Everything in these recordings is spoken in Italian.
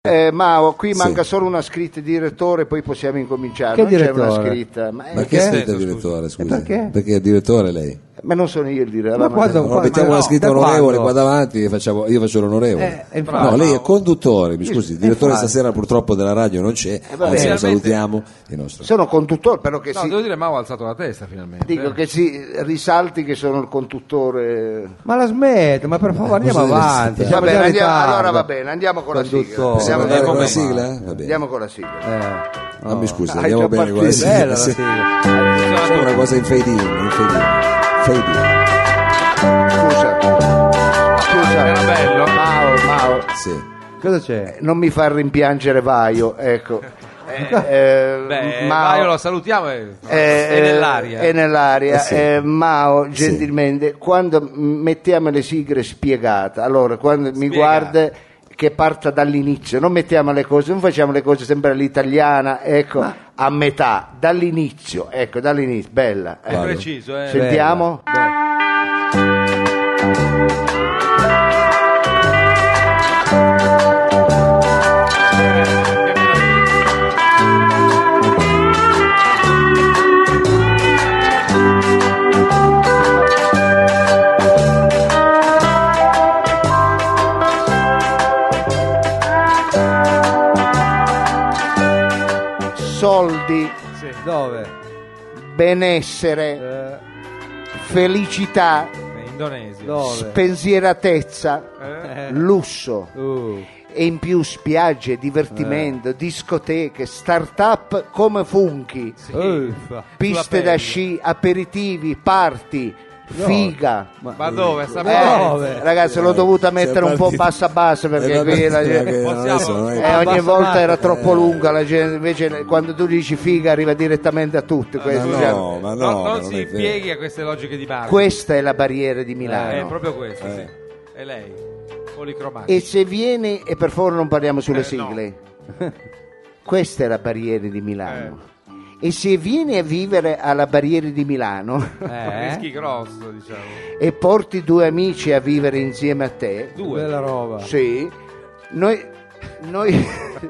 Eh, Mao, qui manca solo una scritta di direttore, poi possiamo incominciare. Che non c'è una direttore? scritta. Ma, Ma eh, che Perché? scritta il Scusa. direttore, scusi? perché? Perché è direttore lei? ma non sono io il direttore. Ma la quando- mandata. Allora mettiamo ma una no, scritta da onorevole quando? qua davanti e facciamo, io faccio l'onorevole. Eh, infatti. no, lei è conduttore, mi scusi, il direttore infatti. stasera purtroppo della radio non c'è, vabbè. anzi lo Finalmente- salutiamo. Il nostro. Sono conduttore, però che No, si, devo dire, Mao ha alzato la testa finalmente. Eh, eh. dico che si risalti che sono il conduttore. Ma la smetta, ma per favore andiamo Cosa deve avanti. essere? siamo Va bene, già in andiamo- ritardo. allora va bene, andiamo con la sigla. Andiamo, Conduttore. Possiamo con- andare con la come- sigla? Va bene. andiamo con la sigla. Eh, Ah, mi scusi, Hai andiamo già bene con la partito. sigla. bella la sì. sigla. Facciamo una cosa in fade in, in fade in. Fade in, Eh, Scusa, Era scusa, bello. Mao, Mao, sì. Cosa c'è? non mi far rimpiangere Vaio, ecco. Eh, Beh, Mao- Maio lo salutiamo e Eh, è nell'aria. È nell'aria. Eh sì. Eh, Mao, Sì. gentilmente, quando m- mettiamo le sigle spiegate, allora quando mi Spiegate. guarda che parta dall'inizio, non mettiamo le cose, non facciamo le cose sempre all'italiana, ecco, a metà, dall'inizio, ecco, dall'inizio, bella. È eh. preciso, eh. Sentiamo? Soldi, Dove? benessere, Eh, felicità, Beh, Indonesia. dove? spensieratezza, Eh? lusso. Uh, e in più spiagge, divertimento, discoteche, start-up come Funky, uffa. piste sulla da pelle. sci, aperitivi, party, figa. Ma dove? Sta Eh, bene. dove? ragazzi, l'ho dovuta mettere un po' partito. bassa bassa Eh, perché vabbè, qui la perché gente- non adesso non è- eh, ogni Bassa volta bassa. era troppo lunga la gente, invece quando tu dici figa arriva direttamente a tutti. Ma questo, cioè, no, ma no, non, ma non non si è vero. impieghi a queste logiche di Mario. Questa è la barriera di è Milano. proprio questo, Eh. sì. È lei. Eh? Policromatica. E se vieni, e per favore non parliamo sulle Eh, sigle, questa è la barriera di Milano. Eh. E se vieni a vivere alla barriera di Milano Eh? Rischi grosso, diciamo. e porti due amici a vivere insieme a te, Due. Bella roba. sì, noi, noi,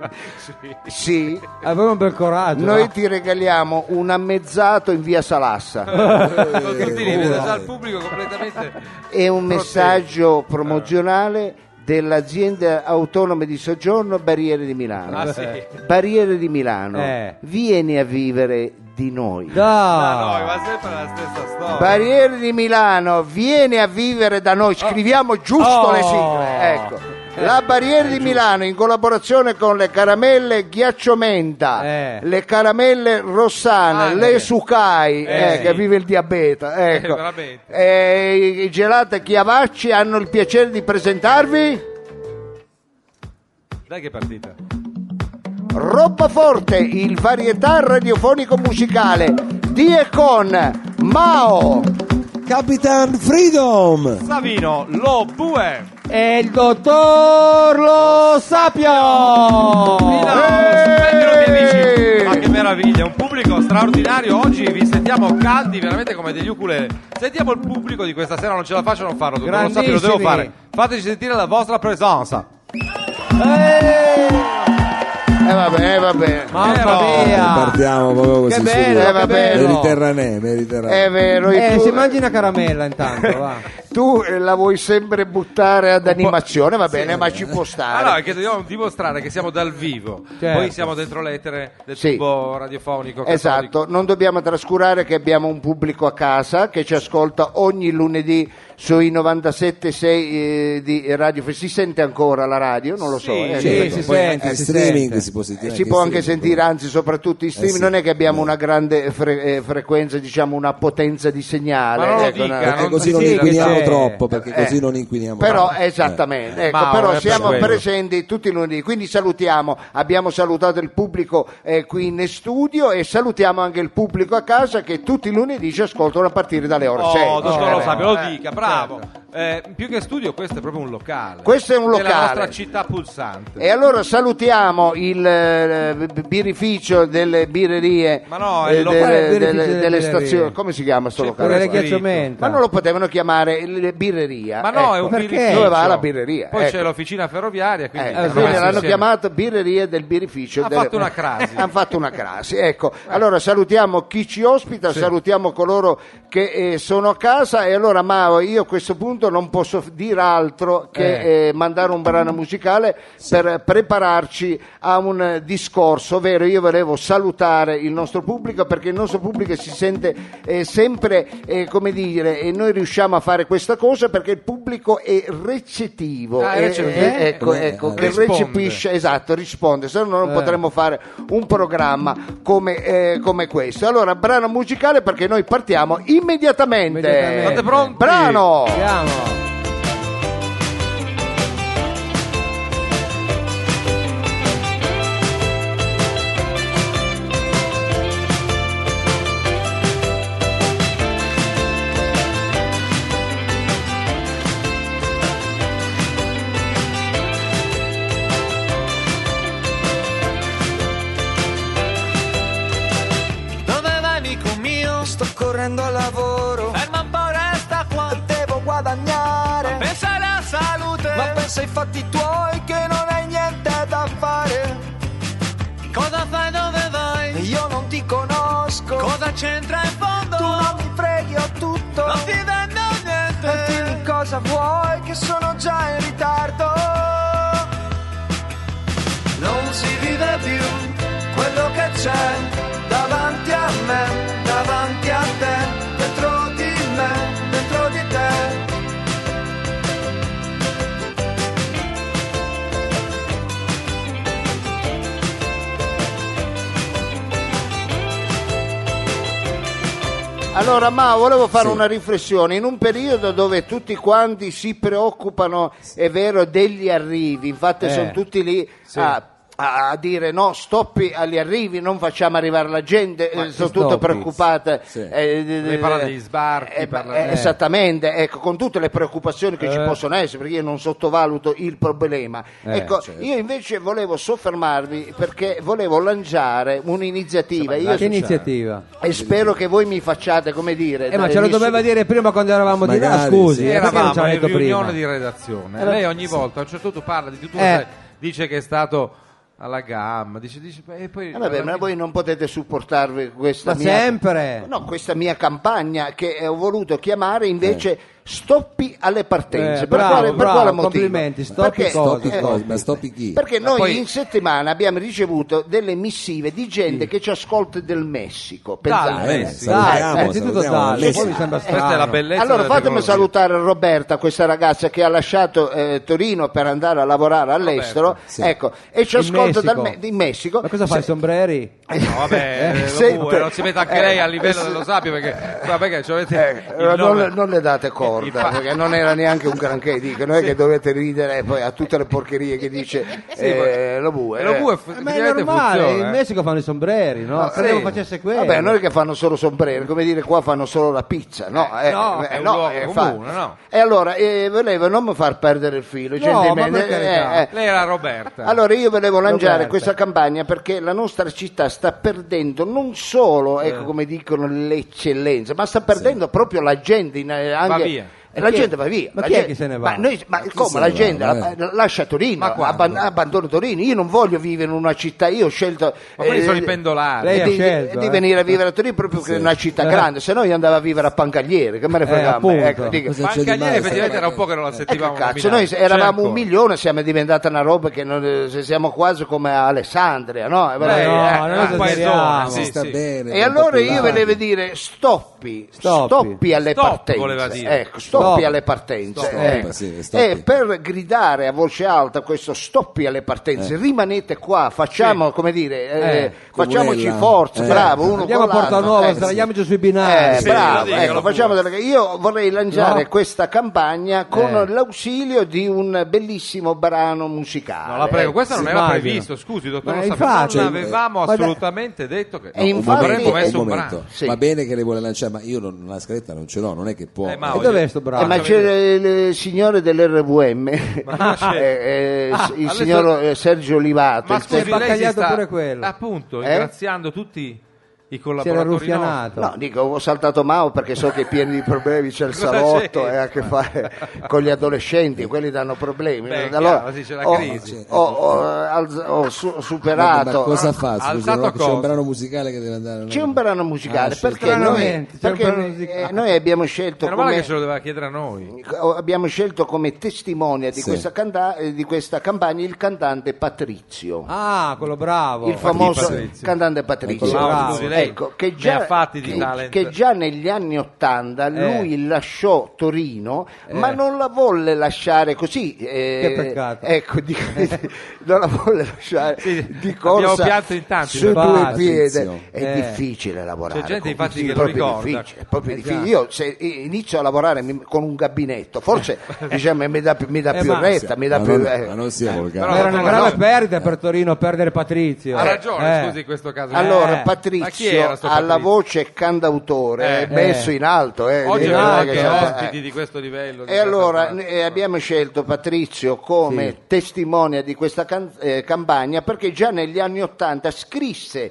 sì, Avevo Eh, un bel coraggio. noi va. ti regaliamo un ammezzato in via Salassa Con tutti Eh, lì, vedo già il pubblico completamente... e un messaggio Eh. promozionale dell'azienda autonoma di soggiorno Barriere di Milano. Ah, sì. Eh. Barriere di Milano, Eh. vieni a vivere di noi. Ah. Ma Ah, no, Dai. ma sempre la stessa storia. Barriere di Milano, vieni a vivere da noi, scriviamo giusto Oh. le sigle. Ecco. La Barriera di Milano in collaborazione con le caramelle Ghiacciomenta, Eh. le caramelle Rossane, Ah, le eh. Sucai, Eh, eh, sì. che vive il diabete. Ecco. Eh, veramente. E i- I gelate Chiavacci hanno il piacere di presentarvi Dai che partita. Roba Forte, il varietà radiofonico musicale di e con Mao. Capitan Freedom! Savino, lo bue. E il dottor Lo Sapio. Eh! Ma che meraviglia, un pubblico straordinario. Oggi vi sentiamo caldi, veramente come degli ukulele. Sentiamo il pubblico di questa sera, non ce la faccio a non farlo. dottor Lo sapete, lo devo Grandissimi. fare. Fateci sentire la vostra presenza. Eh. E va bene, va bene. Mamma mia. Partiamo proprio così Ah. Che bello, subito. eh, va che bene. bello. Mediterranee, Mediterranee. È vero, e Eh, tu, si mangi una caramella intanto, va. tu, eh, la vuoi sempre buttare ad animazione, va bene, ma ci può Ah, stare. Allora, che dobbiamo dimostrare che siamo dal vivo. Certo. Poi siamo dentro l'etere del Sì. tubo radiofonico. Esatto, non dobbiamo trascurare che abbiamo un pubblico a casa che ci ascolta ogni lunedì sui 97.6 eh, di Radio Fe- Si sente ancora la radio? Non lo so. Sì, eh, sì, credo. si Poi sente, anche in si streaming sente. si può Eh, sentire. Eh, si in può anche streaming, sentire, anzi, soprattutto in stream, sì. non è che abbiamo una grande fre- eh, frequenza, diciamo una potenza di segnale. Ma non lo ecco, dica, una- non- Perché così Sì, non che inquiniamo c'è. troppo, perché Eh, così non inquiniamo Però eh. troppo. Eh. esattamente, ecco, Eh. Mauro, è però per siamo quello. presenti tutti i lunedì, quindi salutiamo, abbiamo salutato il pubblico eh, qui in studio e salutiamo anche il pubblico a casa che tutti i lunedì ci ascoltano a partire dalle ore Oh, 6. dottor Lo Eh, Sapio, lo eh, dica, bravo. Eh, più che studio, questo è proprio un locale. Questo è un Della locale. Eh, nostra città pulsante. E allora salutiamo il eh, b- birrificio delle birrerie Ma no, è eh, il delle, locale del delle- birrificio delle delle birrerie. stazioni, come si chiama sto C'è locale? Pure Guarda le qua. ghiacciomenta. Ma non lo potevano chiamare le birreria. Ma no, è un Ecco. Perché? birrificio. Dove va la birreria? Poi Ecco. c'è l'officina ferroviaria, quindi Eh, ormai quindi si l'hanno insieme. chiamato birreria del birrificio. Ha delle- fatto una crasi. Eh. Hanno fatto una crasi, ecco. Allora salutiamo chi ci ospita, salutiamo coloro che eh, sono a casa e allora Mao, io a questo punto non posso f- dire altro che eh, mandare un brano musicale per prepararci a un eh, discorso, ovvero io volevo salutare il nostro pubblico perché il nostro pubblico si sente eh, sempre, eh, come dire, e noi riusciamo a fare questa cosa perché il pubblico è recettivo. Ah, è eh, recettivo. eh, ecco, Eh, ecco, eh, che risponde. recepisce Esatto, risponde, se no non potremmo fare un programma come, eh, come questo. Allora, brano musicale perché noi partiamo immediatamente. Immediatamente. State pronti? Brano! Andiamo. Dove vai amico mio? Sto correndo al lavoro, Ferma un po' resta qua devo guadagnare. Pensa alla salute Ma pensa ai fatti tuoi che non hai niente da fare. Cosa fai dove vai? Io non ti conosco. Cosa c'entra in fondo? tu non mi freghi ho tutto. Non ti vendo E dimmi niente cosa vuoi che sono già in ritardo. Non si vive più Quello che c'è davanti a me, davanti a te, dentro di me, dentro di te. Allora, ma volevo fare Sì. una riflessione. In un periodo dove tutti quanti si preoccupano, è vero, degli arrivi, infatti Eh. sono tutti lì a, a- a dire no, stoppi agli arrivi, non facciamo arrivare la gente, eh, chi sono tutte stoppi? preoccupate. Sì. eh, d- d- Lei parla degli sbarchi, eh, parla- eh, eh. Esattamente, ecco, con tutte le preoccupazioni che ci Eh. possono essere, perché io non sottovaluto il problema. Eh, ecco, certo. io invece volevo soffermarmi perché volevo lanciare un'iniziativa. Io Che iniziativa? e spero che voi mi facciate come dire Eh, ma eh, ce lo mi su- doveva dire prima quando eravamo di là, Magari, scusi. sì. eh, perché non Eravamo ci ha in detto prima? riunione di redazione. Lei ogni volta a un certo punto parla di tutto, Eh. sai, dice che è stato alla gamma, dice, dice e poi Eh, vabbè, ma voi non potete supportarvi questa Ma mia sempre. no, questa mia campagna che eh, ho voluto chiamare invece Eh. stoppi alle partenze Eh, per, bravo, quale, per bravo, quale motivo? complimenti, stoppi perché, cosa? Stoppi eh, cosa? Ma stoppi chi? perché Ma noi poi- in settimana abbiamo ricevuto delle missive di gente che ci ascolta del Messico pensate. Dal Eh, Messi. salutiamo, Dai, innanzitutto salutiamo dai, Alessi. poi mi sembra strano. Questa è la bellezza Allora della fatemi tecnologia. salutare Roberta, questa ragazza che ha lasciato eh, Torino per andare a lavorare all'estero, sì. ecco, e ci In ascolta dal Messico. Me- in Messico. Ma cosa fa i sombreri? No, vabbè, eh, Sente- lo pure, non si mette anche lei a livello dello sapio perché, guarda, perché ci avete Eh, il nome- non, non le date corda Infatti. perché non era neanche un granché dico non è che dovete ridere poi a tutte le porcherie che dice eh, lo bue E lo eh. bue Eh, fu- Ma è effettivamente normale, funziona, in eh. Messico fanno i sombreri, no? Ah, Credevo sì. facesse quello. Vabbè, non è che fanno solo sombrero, come dire qua fanno solo la pizza, no? eh, no, eh, è un no, luogo eh, comune, no? E allora, eh, volevo non mi far perdere il filo, No, gentilmente. eh, ma per carità. Lei era Roberta. Allora io volevo lanciare Roberta. questa campagna perché la nostra città sta perdendo non solo, ecco come dicono, l'eccellenza, ma sta perdendo proprio la gente. in- eh, anche- via. eh, La gente va via. ma la chi è gente- che se ne va? Ma, noi- ma chi come? se La ne va? gente la- Eh. la- lascia Torino, Ma quando? abban- abbandono Torino. Io non voglio vivere in una città, io ho scelto... Ma quelli eh, sono i pendolari. Lei ha di, scelto, di eh. venire a vivere a Torino proprio perché è una città grande, se no io andavo a vivere a Pancagliere, che me ne frega a me, appunto. ecco, dico. Cosa Ma c'è di anche male? ieri effettivamente era un po' che non la Eh, che sentivamo. cazzo, nominare. noi eravamo un Certo. milione, siamo diventata una roba che non, eh, se siamo quasi come Alessandria, no? Eh, vabbè, Beh, no, eh, non eh. un esageriamo. paesone, sì, Si Ah, sta sì. bene. E allora io popolare. volevo dire stoppi, stoppi, Stoppi. alle Stop, voleva partenze. dire. Ecco, stoppi Stop. alle partenze. Stop, ecco. sì, stoppi. E per gridare a voce alta questo stoppi alle partenze, rimanete qua, facciamo, come dire, eh, Eh, facciamoci Comunella. forza, Eh. bravo, uno Andiamo a con Porta l'altro, Nuova, ecco. sdraiamoci sui Eh, binari. Sì, lo bravo, dica, ecco, lo facciamo pure. delle- io vorrei lanciare No. questa campagna con Eh. l'ausilio di un bellissimo brano musicale. Eh, No, la prego, questo Sì, non era immagino. previsto, scusi, dottor Ma Lo Sapio, infatti- non avevamo Guarda- assolutamente detto che E No, infatti- avremmo un messo un, momento. brano. Sì. Va bene che le vuole lanciare, ma io non, la scaletta non ce l'ho, non è che può. Eh, E ma oggi- dov'è sto Eh, bravo? ma Faccia c'era il il signore dell'RVM, Ma c'è? Ah, Eh, il adesso- signor eh, Sergio Olivato. Ma il scusi, te- sempre- lei si Baccagliato sta pure quello. appunto Eh? ringraziando tutti i Si era collaboratori no. ruffianato. No, dico, ho saltato Mao perché so che è pieno di problemi, c'è il Cosa salotto c'entra? e ha a che fare con gli adolescenti, quelli danno problemi. Beh, chiaro, sì, c'è la ho, crisi. ho- ho alz- ho su- superato. Ma cosa fa? Ha Scusa, alzato Rocco, c'è cosa? un brano musicale che deve andare. no? C'è un brano musicale Ah, sì. perché, noi, Stranamente, c'è perché, un brano musicale. eh, noi abbiamo scelto Meno male come- eh, che ce lo doveva chiedere a noi. abbiamo scelto come testimonia di, Sì. questa canta- eh, di questa campagna il cantante Patrizio. Ah, quello bravo. il famoso Patrizio. cantante Patrizio, Ecco, bravo. Sì, Lei ecco, che, ne già, ha fatti di che- talent. Eh. che già negli anni Ottanta lui lasciò Torino, ma non la volle lasciare così. eh, Che peccato. Ecco, di- non la volle lasciare Sì, di abbiamo corsa pianto in tanti su per due piedi. Patrizio. È Eh. difficile lavorare. C'è gente, con- infatti, sì, che lo proprio ricorda. difficile, è proprio Eh, difficile. già. Io se inizio a lavorare mi- con un gabinetto, forse diciamo, mi dà, mi dà Eh, più ma- retta, mi dà ma, più... non, eh. ma non siamo il però- Ma Era una No, grave no. perdita per Torino perdere Patrizio. Ha ragione, Eh. scusi, in questo caso. Allora, Eh, ma chi era Patrizio sto alla Patrizio? voce cantautore Eh. è messo in alto. Eh, Oggi Eh, abbiamo eh, anche che- ospiti eh. di questo livello. di E allora questa- eh, abbiamo scelto Patrizio come testimonia di questa can- eh, campagna perché già negli anni Ottanta scrisse,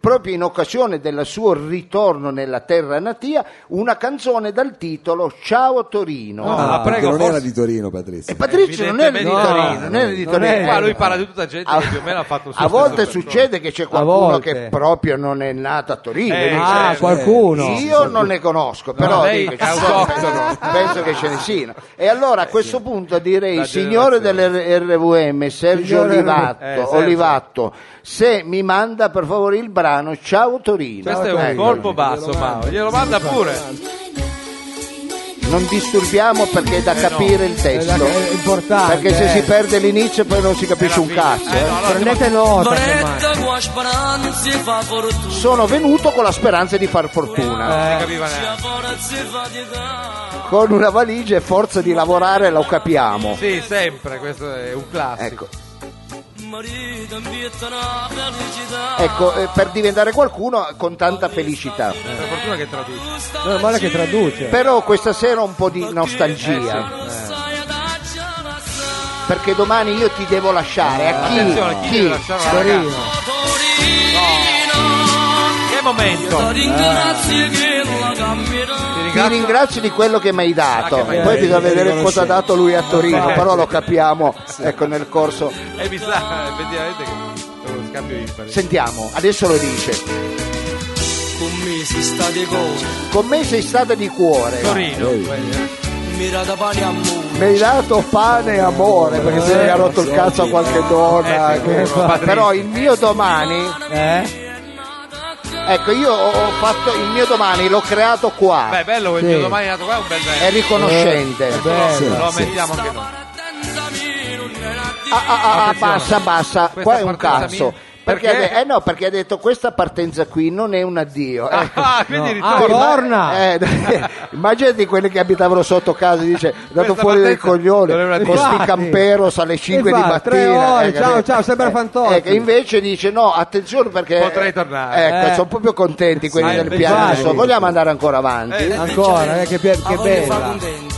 proprio in occasione del suo ritorno nella terra natia, una canzone dal titolo Ciao Torino. No, la Perché prego, non forse- era di Torino, Patrizio. E Patrizio non era di Evidentemente Torino, no. non Eh, era di Non Torino. era. Qua lui parla di tutta gente A- che più o meno ha fatto il suo a stesso volte percorso. succede che c'è A qualcuno volte. che proprio non è nato a Torino. Eh, Io- Ah, Certo. qualcuno. Io non ne conosco, però lei dico, è ci sono- autoctono. Eh, penso che ce ne siano. E allora a questo punto direi, La signore generazione. dell'RVM, Sergio Signore Olivatto, Eh, Sergio. Olivatto, se mi manda per favore il brano Ciao Torino. Questo è un Ecco. colpo basso, ma glielo manda pure. Non disturbiamo perché è da Eh, capire il È, testo. la- è importante. Perché se si eh. perde l'inizio poi non si capisce un fine. cazzo. Eh, eh. no, allora Prendete nota. semmai. Vorrete guash banan si fa fortuna Sono venuto con la speranza di far fortuna. Non si Eh, capiva Si neanche. lavora si fa di là Con una valigia e forza di lavorare lo capiamo. Sì, sempre, questo è un classico. Ecco. Marito ambientano felicità Ecco, eh, per diventare qualcuno con tanta felicità. Eh, Per fortuna che traduce. Meno male che traduce. Però questa sera un po' di nostalgia, Non sai ad acciarassa perché domani io ti devo lasciare. A Attenzione, chi chi? Chi? deve lasciare una Torino. ragazza? Torino Che momento! La ringrazio che la Ti cammina Ti ringrazio. ringrazio di quello che mi hai dato. Ah, che mi hai Poi dato. bisogna Eh, vedere riconosciamo. cosa ha dato lui a Torino, Eh, però sì. lo capiamo ecco, nel corso. E Eh, mi sa effettivamente che è uno scambio impari. Sentiamo, adesso lo dice. Con me si sta di cuore Con me sei stata di cuore. Torino. Eh. quello. Mira da pane a muro Mi hai dato pane e amore, perché se ne ha rotto il cazzo a qualche donna. Eh, sicuro, che- Patrizio. Però il mio domani Eh? Ecco, io ho ho fatto il mio domani, l'ho creato qua. Beh, bello quel Sì. mio domani è nato qua, è un bel Ah. è bello. riconoscente. Eh, bello. Sì. Lo sì. mettiamo anche noi. Attendami non era di Ah, ah, ah, ah, Attenzione. bassa, bassa, Questa qua è un partenza cazzo. mia. Perché? Perché? ha de- eh no, perché ha detto questa partenza qui non è un addio. Ecco. Ah, quindi No. Ah, Poi, no. ritorno. ma- torna! eh, immaginati quelli che abitavano sotto casa, dice, dato Questa fuori dai partenza non è un coglioni, addio. con sti Infatti. camperos alle 5 di Infatti, tre mattina. ore, eh, ciao, capito? ciao, sembra Eh, Fantozzi. eh, che invece dice no, attenzione perché... Potrei tornare. Ecco, Eh. sono proprio contenti quelli Sì, del infatti. piano. adesso. Vogliamo andare ancora avanti? Eh, Ancora, eh, che, pie- che Ah, voglio fare bella. contenti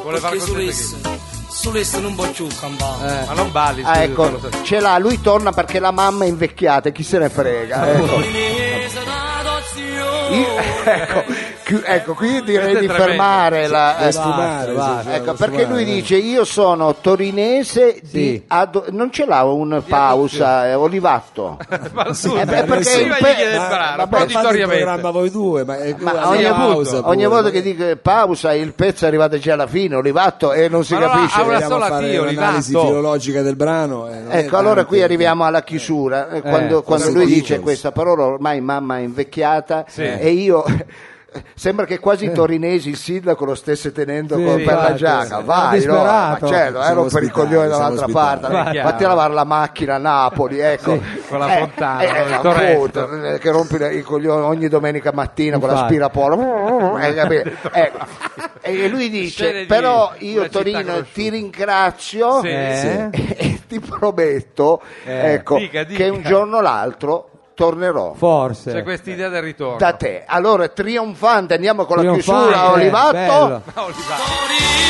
Vuole far Perché su contento questo Su questo non può più campare chi? Ma non balli, Ah, scusi, ecco, quello stesso. ce l'ha, lui torna perché la mamma è invecchiata, e chi se ne frega. Ecco, Io- ecco, chi- ecco, qui direi Questo è di tremendo. fermare la... eh, Lo sfumare, basta. Cioè, sì, Ecco, lo perché lui sfumare. eh. dice io sono torinese di Sì. Ado- non ce l'ha un pausa, eh, Olivatto. Ma scusa, Eh, beh, perché prima il gli pe- chiede Eh, il ma- Ma vabbè, brano, fate il programma proditoriamente. voi due, ma, eh, Ma la ogni, pausa volta- pure, ogni volta ma- che dico pausa il pezzo è arrivato già alla fine, Olivatto, e non si Ma allora Ah, capisce. ha una Vogliamo sola fare Dio, un'analisi Livatto. filologica del brano. eh, non è Ecco, allora tanto. qui arriviamo alla chiusura. Eh, quando Eh, quando forse lui sì. dice questa parola, ormai mamma è invecchiata Sì. Eh. e io. Sembra che quasi i torinesi il sindaco lo stesse tenendo Sì, co- per la infatti, giacca, sì. vai, no, ma Disperato. certo, Siamo ero per i ospitali, coglioni siamo dall'altra ospitali. parte, È chiaro. fatti lavare la macchina a Napoli, ecco, eh, con la fontana, con il appunto, torretto. eh, che rompi i coglioni ogni domenica mattina con Infatti. l'aspirapolvere, hai capito? Ecco. e lui dice, Scene di però una io città Torino conosciuta." ti ringrazio, Sì. Eh? e ti prometto Eh, ecco, dica, dica. che un giorno o l'altro tornerò Forse. C'è quest'idea del ritorno. da te. Allora, trionfante, andiamo con la eh, eh, Trionfante, chiusura, Olivatto. bello. Ma Olivato,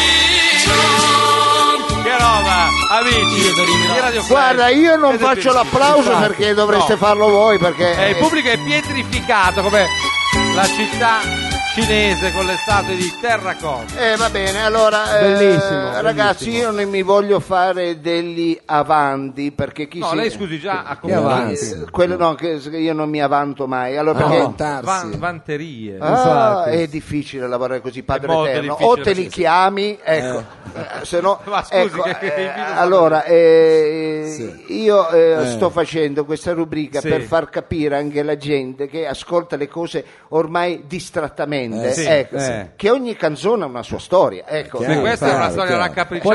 Torino Che roba, amici. Io ti ringrazio. di Radio Guarda, Flash. io non Siete faccio bellissimi. l'applauso Infatti, perché dovreste no. farlo voi perché Eh, il pubblico è pietrificato come la città cinese con le statue di terracotta. Eh, va bene, allora eh, Bellissimo, ragazzi, bellissimo. io non mi voglio fare degli avanti perché chi No, si lei scusi già ha Che cominciato. avanti. Eh, quello no, che io non mi avanto mai. Allora, Ah, perché vantarsi. Van- vanterie. Ah, Infatti. è difficile lavorare così, padre molto eterno. difficile, O te li sì, sì. chiami, ecco. eh, Se no, Ma scusi, ecco, che- che eh, il virus- allora eh, Sì. io eh, Eh. sto facendo questa rubrica Sì. per far capire anche la gente che ascolta le cose ormai distrattamente, Eh, sì, ecco, eh. che ogni canzone ha una sua storia. Ecco. Chiaro. E questa è una chiaro, storia chiaro. raccapricciante.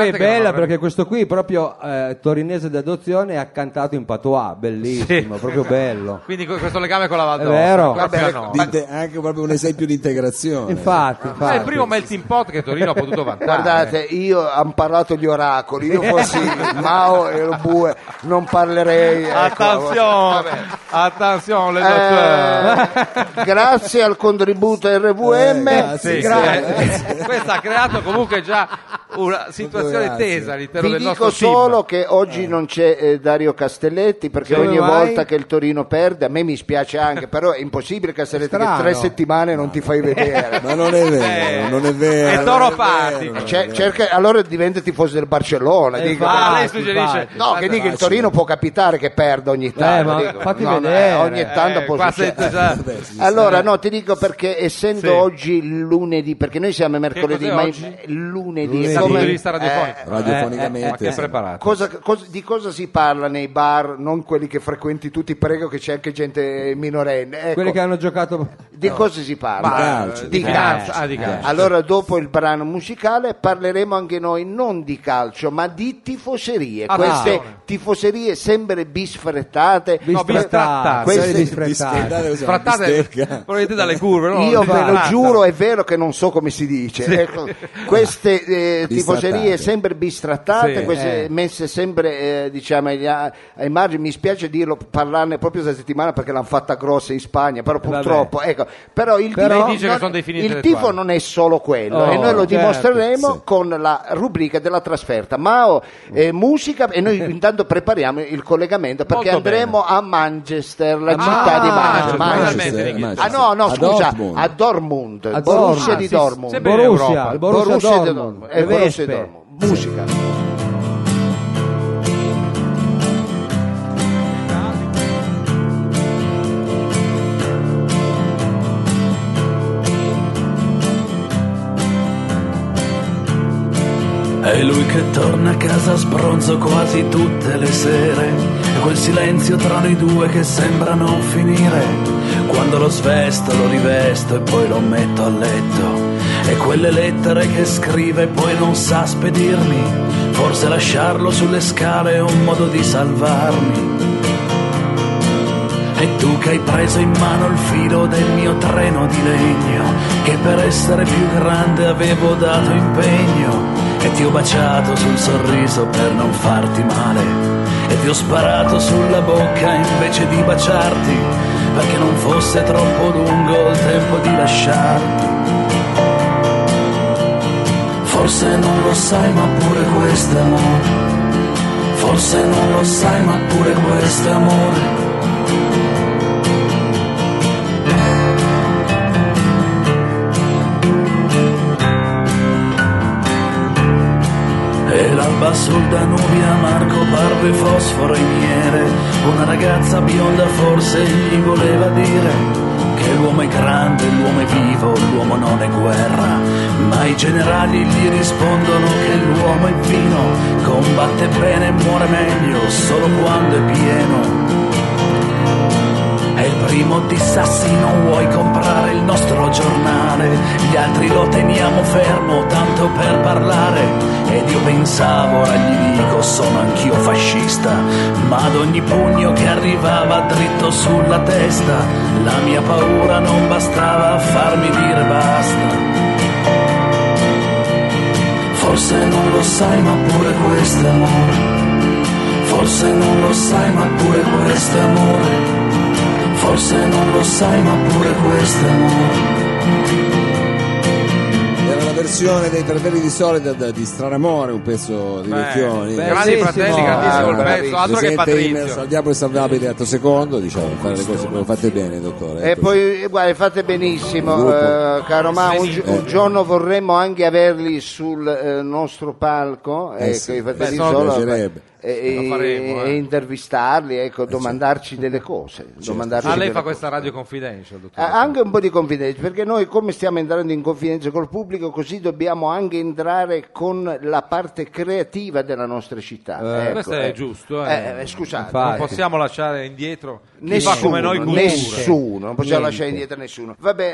Poi è diciamo che non bella avremmo- perché questo qui, proprio eh, torinese d'adozione, ha cantato in patois, bellissimo, Sì. proprio bello. Quindi que- questo legame con la Valdosta. È vero. proprio Vabbè, no. Di inte- anche proprio un esempio di integrazione. Eh, Infatti, infatti. Ma È il primo melting pot che Torino ha potuto vantare. Guardate, io hanno parlato gli oracoli, io fossi Mao e lo Bue non parlerei. ecco. Attenzione, attenzione, le dottor. Eh, grazie al contributo RVM. Eh, grazie, Sì, grazie. sì, eh. Questo ha creato comunque già una situazione Grazie. tesa all'interno Vi del dico nostro team. solo che oggi non c'è eh, Dario Castelletti perché Come ogni mai? volta che il Torino perde, a me mi spiace anche, però è impossibile Castelletti che Strano. tre settimane non ti fai vedere. Ma non è vero, Eh, non è vero. è Toro non Party. vero, non è Eh. Cioè, vero. cerca- allora diventa tifoso del Barcellona. Eh, dico, Ah, va. lei suggerisce. Eh, Infatti. No, che dica il Torino può capitare che perda ogni tanto. ma dico. fatti No, no, vedere. ogni tanto Eh, può qua succedere. sento già- Vabbè, sì, sì. Allora, no, ti dico perché essendo Sì. oggi lunedì, perché noi siamo mercoledì, cos'è ma oggi? lunedì, Dal come- punto di vista radiofonico. eh, radiofonicamente, ma che sì. preparato. cosa- cosa- di cosa si parla nei bar, non quelli che frequenti tu, ti prego che c'è anche gente minorenne. Ecco, Quelli che hanno giocato... Di cosa si parla? Di calcio, Di di calcio. Ah, di calcio. Allora, dopo il brano musicale, parleremo anche noi non di calcio, ma di tifoserie. Attenzione. Queste tifoserie sempre bisfrettate. No, Bisfrattati, Queste- sei Bisfrettate, bisfrettati. cos'è? Frattate, Bistecca? provenite dalle curve. no? Io ve lo Fratta. giuro, è vero che non so come si dice. Ecco, queste eh, tifoserie Bistrattate. sempre bistrattate, Sì. queste Eh. messe sempre eh, diciamo, agli- ai, margini. Mi spiace dirlo, parlarne proprio questa settimana perché l'hanno fatta grossa in Spagna, però purtroppo. Ecco, però il, Però- tifo- Lei dice che non- sono dei fini il intellettuali. tifo non è solo quello Oh, e noi lo certo, dimostreremo sì. con la rubrica della trasferta. Mao, eh, musica e noi intanto prepariamo il collegamento perché Molto andremo a Manchester, la città Ah, di Manchester, Manchester. finalmente, Manchester, Nicky. Ah Manchester. no, no, A scusa, Dortmund. a Dortmund, A Borussia Dortmund. di Ah, sì, Dortmund. sempre in Borussia, Europa. il Borussia, di Dortmund. Dortmund. le Eh, Borussia di Vespe. Dortmund. Musica. È lui che torna a casa sbronzo quasi tutte le sere. E quel silenzio tra noi due che sembra non finire. Quando lo svesto, lo rivesto e poi lo metto a letto. E quelle lettere che scrive e poi non sa spedirmi. Forse lasciarlo sulle scale è un modo di salvarmi. E tu che hai preso in mano il filo del mio treno di legno, che per essere più grande avevo dato impegno. E ti ho baciato sul sorriso per non farti male. E ti ho sparato sulla bocca invece di baciarti, perché non fosse troppo lungo il tempo di lasciarti. Forse non lo sai ma pure questo è amore. Forse non lo sai ma pure questo è amore. E l'alba sul Danubio Marco parve fosforo e miele Una ragazza bionda forse gli voleva dire Che l'uomo è grande, l'uomo è vivo, l'uomo non è guerra Ma i generali gli rispondono che l'uomo è vino Combatte bene e muore meglio solo quando è pieno è il primo di Sassi, non vuoi comprare il nostro giornale. Gli altri lo teniamo fermo tanto per parlare. Ed io pensavo, ora gli dico, sono anch'io fascista. Ma ad ogni pugno che arrivava dritto sulla testa, la mia paura non bastava a farmi dire basta. Forse non lo sai, ma pure questo è amore. Forse non lo sai, ma pure questo è amore. Forse non lo sai, ma pure questo è amore. Era la versione dei Travelli di Solida da- di Stranamore, un pezzo di Vecchioni. beh, grandi bellissimo. fratelli, grandissimo il pezzo, altro che Presente in Patrizio. Al diavolo è salvabile atto secondo, diciamo, fare le cose come fatte bene, dottore. E Ecco. poi, eh, guarda, fate benissimo, Gruppo. eh, caro Ma, un, gi- un giorno vorremmo anche averli sul eh, nostro palco, Eh ecco, sì. i fratelli Beh, sono- Sola, piacerebbe. e, Lo faremo, e eh. intervistarli, ecco, domandarci delle cose. domandarci Ah, lei delle fa cose. questa radio confidential, dottore. Eh, Anche un po' di confidenza, perché noi come stiamo entrando in confidenza col pubblico, così dobbiamo anche entrare con la parte creativa della nostra città. Ecco, questo è eh. giusto, eh. Eh, eh, scusate, Infatti. non possiamo lasciare indietro chi Nessuno, fa come noi cultura. nessuno, non possiamo Niente. lasciare indietro nessuno. Vabbè,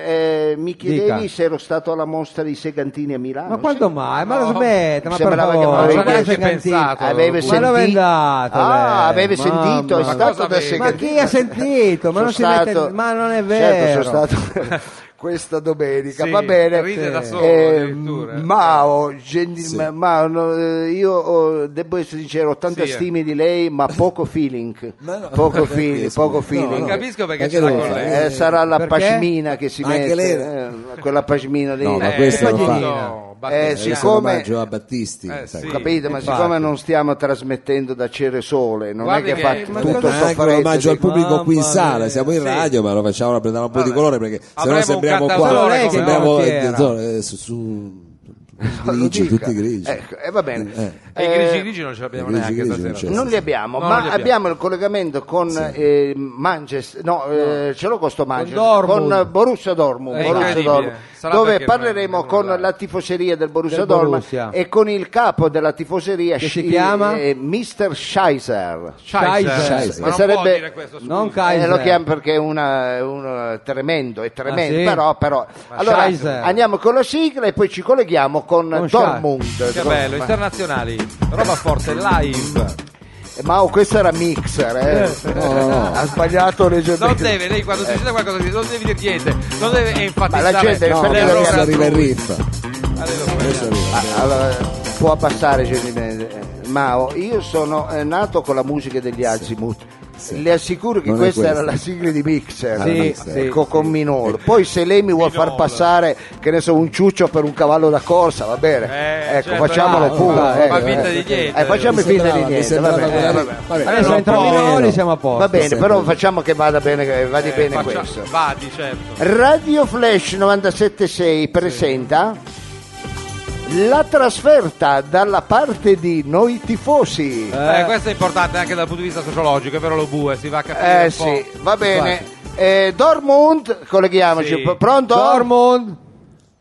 eh, mi chiedevi Dica. se ero stato alla mostra di Segantini a Milano. Ma quando Sì. mai? Ma No, lo smetta, ma per sembrava che non favore. avevi ma neanche neanche pensato. Aveva Ma sentito, dove è andato ah, lei? aveva Mamma sentito, è mia. Ma stato cosa da vedi? Ma Segantini. chi ha sentito? Ma Sono non si mette- stato- ma non è Certo, vero. Eh, sono stato questa domenica, Sì, va bene. eh, ride da solo, addirittura. Mao, gentil- ma- ma- no, eh, io ho- devo essere sincero, ho tanta Sì, eh. stima di lei, ma poco feeling. Ma no, poco perché, feeling, scusi? poco No, feeling. Non capisco perché Anche ce l'ha lui con fa. lei. Eh, sarà la Perché? pashmina che si Anche mette, lei- eh, quella pashmina lì. No, ma Eh, questo è lo fa. no, Eh, Eh, Battista. sì. questo è siccome- un omaggio a Battisti, Eh, sai. sì. Capite, ma infatti. siccome non stiamo trasmettendo da Ceresole, non Guardi è che- che ha fatto ma tutto Questo è Eh, sto anche un omaggio freddo. al dico- pubblico qui in Mamma sala, mia. siamo in Sì. radio, ma lo facciamo rappresentare un po' di Vabbè. colore perché sennò Avremo un sembriamo cantatore qua, come sembriamo oggi eh, era. zone- su, su- lo grigi, dica. tutti grigi. Ecco, eh, va bene. E i Eh, grigi grigi non ce l'abbiamo i grigi neanche grigi stasera. non ce Non li abbiamo, ma No, non li abbiamo. abbiamo. il collegamento con eh, Manchester, no, eh, ce l'ho con sto Manchester, Dortmund. con eh, Borussia Dortmund, È Borussia incredibile. Dortmund, Sarà dove perché parleremo non- con non- la tifoseria del Borussia Del Dortmund Borussia. e con il capo della tifoseria Che si Schi- chiama? eh, Mr. Scheiser. Scheiser. Scheiser. Ma non Sarebbe- può dire questo, scusi. Non Eh, Kaiser. lo chiamo perché è una- è una- tremendo, è tremendo, Ah, sì? però, però. Allora, Scheiser. andiamo con la sigla e poi ci colleghiamo con, Con Schei- Dortmund. Eh, Che bello, internazionali, roba forte, live. Ma questo era Mixer, eh. ha sbagliato Non leggermente. deve, lei quando si dice qualcosa di- non devi dire niente, non deve enfatizzare. Eh. Ma la gente- No, No, perché allora- adesso arriva il lui. riff. Adesso poi- Adesso arriva. Ah, allora, può passare gentilmente. Mao, io sono eh, nato con la musica degli Azimuth. Le assicuro che Non è questa questa. Ah, era la sigla di Mixer Sì, eh, sì, co- con Minol. Poi se lei mi vuole far Minol. passare, che ne so, un ciuccio per un cavallo da corsa, va bene. Eh, ecco, certo, facciamolo no, pure. fa- eh. fa finta di niente. Eh, facciamo Mi finta di sembrava- mi sembrava niente. Va bene, quella- eh, va bene. vabbè. Adesso entra può. Minoli siamo a posto. Va bene, sempre però lì. facciamo che vada bene, che vada Eh, bene faccia- questo. Vadi, certo. Radio Flash 976 presenta la trasferta dalla parte di noi tifosi. Eh, questo è importante anche dal punto di vista sociologico, è vero lo bue, si va a capire Eh un po'. sì, va bene. Eh, Dortmund, colleghiamoci. Sì. P- Pronto? Dortmund,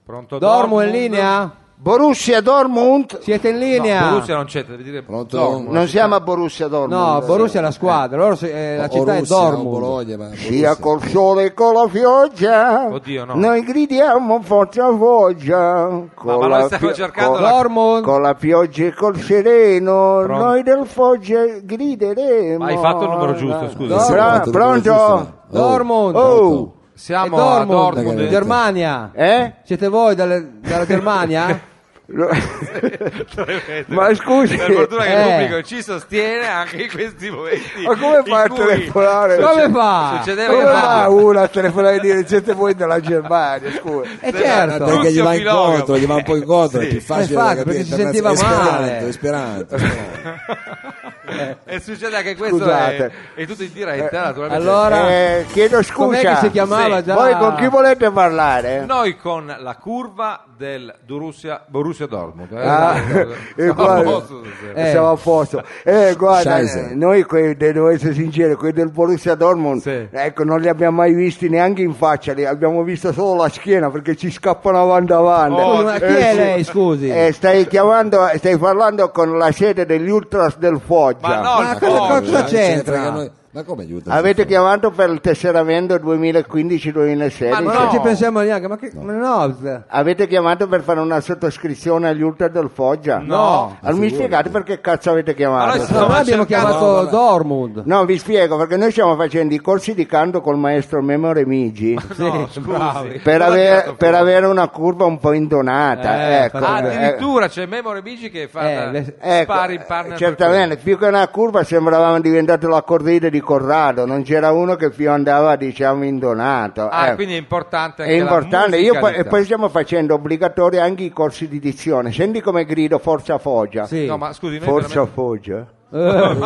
Pronto Dormo in Dortmund? linea? Borussia Dortmund. Siete in No, linea? Borussia non c'è, devi dire Pronto? Dortmund. Non siamo a Borussia Dortmund. No, Borussia è la squadra, loro si- eh, la O città è Russia, o Dortmund. Oh, Bologna, ma Sia Russia. col sole e con la pioggia. Oddio, no. Noi gridiamo forza voglia. Con ma noi la stiamo pio- cercando con- la- Dortmund. Con la pioggia e col sereno. Pronto. Noi del Foggia grideremo. Hai fatto il numero giusto, scusa. Sì, Bra- quanto pronto? giusto. Oh. Dortmund. Certo. Oh. Siamo È a Dortmund, Dortmund. Ragazzi. Germania. Eh? Siete voi dalle- dalla Germania? Ma scusi. Per fortuna che il Eh. pubblico ci sostiene anche in questi momenti. Ma come in fa a cui telefonare? Come fa? Succedeva Come che va radio- uno a telefonare e dire siete voi della Germania? Scusa. E certo. perché gli va Russia filologo. incontro, gli va un po' incontro, è più facile da Infatti, capire. perché si sentiva internazionale. male. Esperanto, esperanto. E succede anche questo è, Eh, Scusate. è tutto in diretta, naturalmente. Allora, Eh, chiedo com'è scusa. che si chiamava Sì. già? Voi con chi volete parlare? Noi con la curva del Dorussia- Borussia Dortmund. eh. Ah, e Siamo a guarda, posto stasera. Eh. siamo a posto. Eh, guarda, Scheiße. eh, noi que- devo essere sincero, quelli del Borussia Dortmund, Sì. ecco, non li abbiamo mai visti neanche in faccia, li abbiamo visto solo la schiena perché ci scappano avanti avanti. Oh, Scusi, ma chi è lei, scusi? Eh, stai chiamando, stai parlando con la sede degli Ultras del Foggia. Ma no, Ma il cosa- Foggia. cosa- Ce ne c'entra? frega noi- Ma come aiuta? Avete chiamato per il tesseramento 2015-2016? Ma ma no. non ci pensiamo neanche, ma che... ma no. eh. Avete chiamato per fare una sottoscrizione agli Ultra del Foggia? No. Allora mi spiegate perché cazzo avete chiamato? Ma noi No, No, noi abbiamo cercando- chiamato Dortmund. No, vi spiego perché noi stiamo facendo i corsi di canto col maestro Memo Remigi No, Sì, scusi. bravi. per, Non l'ha aver- tirato per fuori. avere una curva un po' indonata. Eh, ecco. Ah, infatti- Eh, addirittura c'è Memore Bici che fa Eh, da le- ecco, spari in partner. per certamente, più che una curva sembravamo diventati la corrida di di Corrado, non c'era uno che più andava diciamo indonato. Ah, eh. quindi è importante È anche importante, la Io poi- musicalità. e poi stiamo facendo obbligatori anche i corsi di dizione. Senti come grido Forza Foggia. Sì. No, ma scusi, noi Forza veramente- Foggia.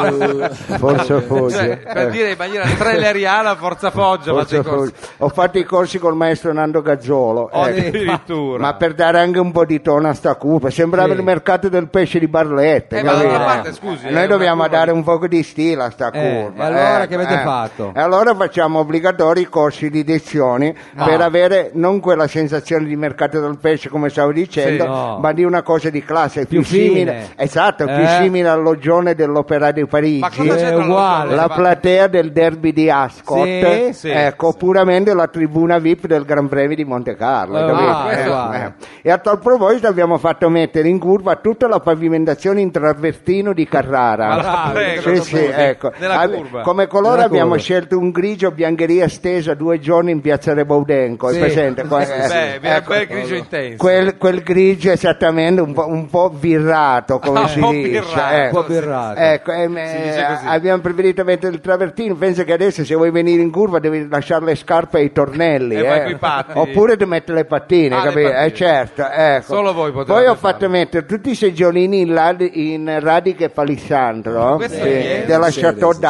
Forza Foggia. cioè, per Eh. dire in maniera trelleriana Forza Foggia, Forza ma sei cos- Foggia. Ho fatto i corsi col maestro Nando Gazzolo. Oh, ecco. addirittura. Ma per dare anche un po' di tono a sta cupa, sembrava Sì. il mercato del pesce di Barletta. Eh, ma capito? d'altra parte, scusi, eh, è Noi una dobbiamo curva dare di- un po' di stile a sta Eh, curva. e allora ecco, che avete eh. fatto? E allora facciamo obbligatori i corsi di lezioni Ah. per avere non quella sensazione di mercato del pesce, come stavo dicendo, Sì. No. ma di una cosa di classe più, Più fine. simile. Esatto, più Eh. simile all'oggione dell'Opera di Parigi. Ma cosa Sì, c'entra è la uguale. loggia? La Va- platea del derby di Ascot, Sì, sì, ecco, puramente la tribuna VIP del Gran Premio di Monte Carlo. Eh, capito? eh. ah, questo va. E a tal proposito abbiamo fatto mettere in curva tutta la pavimentazione in travertino di Carrara. Ma la prego, Sì, non sì, scusi, ecco. nella Abbi- curva. Come colore Nella abbiamo curva. scelto un grigio biancheria stesa due giorni in piazza Rebaudenco, è Sì. presente? Qua- eh, Beh, era ecco. quel grigio intenso. Quel, quel grigio esattamente un po', un po' birrato, come Ah, si un po' dice. birrato. ecco. Un po' birrato. Ecco, ehm, Si dice così. abbiamo preferito mettere il travertino. Penso che adesso se vuoi venire in curva devi lasciare le scarpe e i tornelli. E eh. vai coi patti. Oppure ti metti le pattine, Ah, le capito? pattine. Eh, certo, ecco. Solo voi potevate Poi ho farlo. fatto mettere tutti i seggiolini in, lad- in radiche palissandro Questo sì, è ieri, della sì, Chateau sì, sì.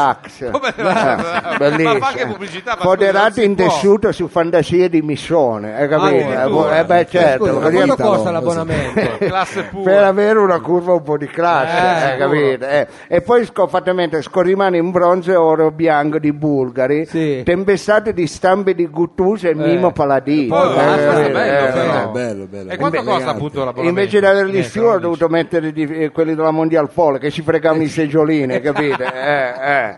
d'Ax. Come- Eh, Ma fa anche pubblicità, ma Foderato scusi, non in si può. tessuto su fantasie di Missone, hai capito? Ah, Eh, boh, eh, beh, certo, Scusa, ma voglio quanto dire- costa no, così. l'abbonamento? classe per pura. avere una curva un po' di classe, Eh, eh, capito? Eh, E poi scofatamente scorrimane in bronzo e oro bianco di Bulgari, Sì. tempestate di stampe di Guttuso e Mimo Paladino. Poi, eh, ah, questo è capito? bello, Eh, però. bello, bello. E quanto Beh, costa elegante. appunto l'abbonamento? Invece di averli Niente, su non ho dice. dovuto mettere di- eh, quelli della Mondial Pole che ci fregavano i seggiolini, capite? Eh, eh.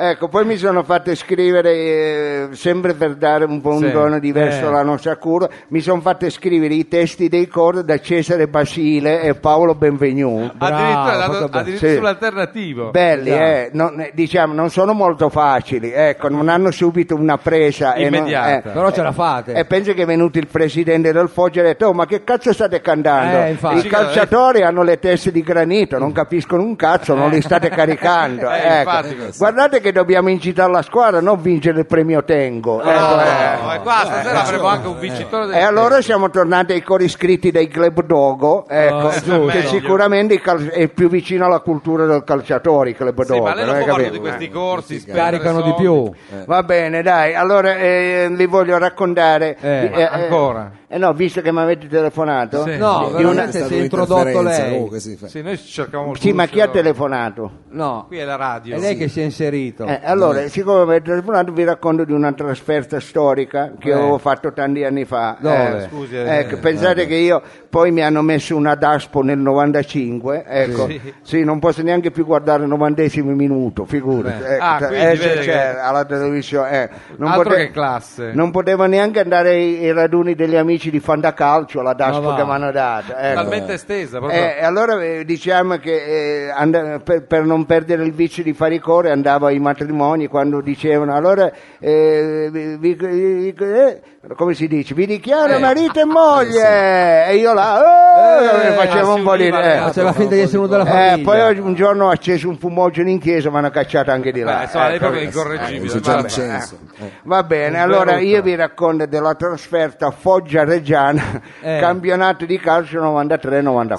Ecco, poi mi sono fatto scrivere, eh, sempre per dare un po' un Sì. tono diverso Eh. alla nostra cura, mi sono fatto scrivere i testi dei coro da Cesare Basile e Paolo Benvenu. Ah, Bravo, addirittura fatto dato- bene. addirittura Sì. sull'alternativo. Belli, Esatto. eh, non, eh, diciamo, non sono molto facili, ecco, non hanno subito una presa e non- Immediata. eh, Però ce la fate. e penso che è venuto il presidente del Foggia e ha detto: Oh, ma che cazzo state cantando? Eh, infatti. I calciatori hanno le teste di granito, non capiscono un cazzo, non li state caricando. Eh, Ecco. infatti, questo. Guardate che dobbiamo incitare la squadra, non vincere il premio Tengo. No, Ecco, eh. no, e qua stasera avremo anche un vincitore del E allora siamo tornati ai cori scritti dei Club Dogo, ecco, Oh, giusto. che sicuramente i cal- è più vicino alla cultura del calciatore, i Club Sì, Dogo. ma lei non eh, può parlare capito? di questi corsi, spendere Caricano di soldi. più. Eh. Va bene, dai, allora eh, li voglio raccontare. Eh, ma ancora? eh, no, visto che mi avete telefonato. Sì. No, Di una- veramente stata si è introdotto un'interferenza, lei. comunque si fa. Sì, noi cercavamo il Sì, ma chi ha bucero. telefonato? No, Qui è la radio. è lei che si è inserito. Eh, allora, siccome mi avete telefonato, vi racconto di una trasferta storica che Eh. avevo fatto tanti anni fa. Dove? Scusi, eh, ecco, pensate che io poi mi hanno messo una DASPO nel 95, ecco, sì, non posso neanche più guardare il novantesimo minuto, figurati. Ecco, Ah, cioè, quindi eh, se vede che- c'era alla televisione, eh, non Altro pote- che classe. Non potevo neanche andare ai, ai raduni degli amici di Fandacalcio, la DASPO Ma va. che mi hanno dato. Ecco. Talmente estesa, proprio. Eh, e allora eh, diciamo che eh, and- per, per non perdere il vizio di fare i cori andavo ai matrimoni quando dicevano allora eh, vi- vi- vi- eh, come si dice vi dichiaro Eh. marito e moglie e io là Eh, eh, facevo si un po' di univa, eh. eh, Faceva finta di essere uno della famiglia. Eh, poi ho- un giorno ho acceso un fumogeno in chiesa mi hanno cacciato anche di là Beh, insomma, Eh, lei proprio è capito? Eh, incorreggibile. c'è Vabbè. Vincenzo. Eh. Va bene, Un allora vero io tra- vi racconto della trasferta Foggia-Reggiana, Eh. campionato di calcio 93-94.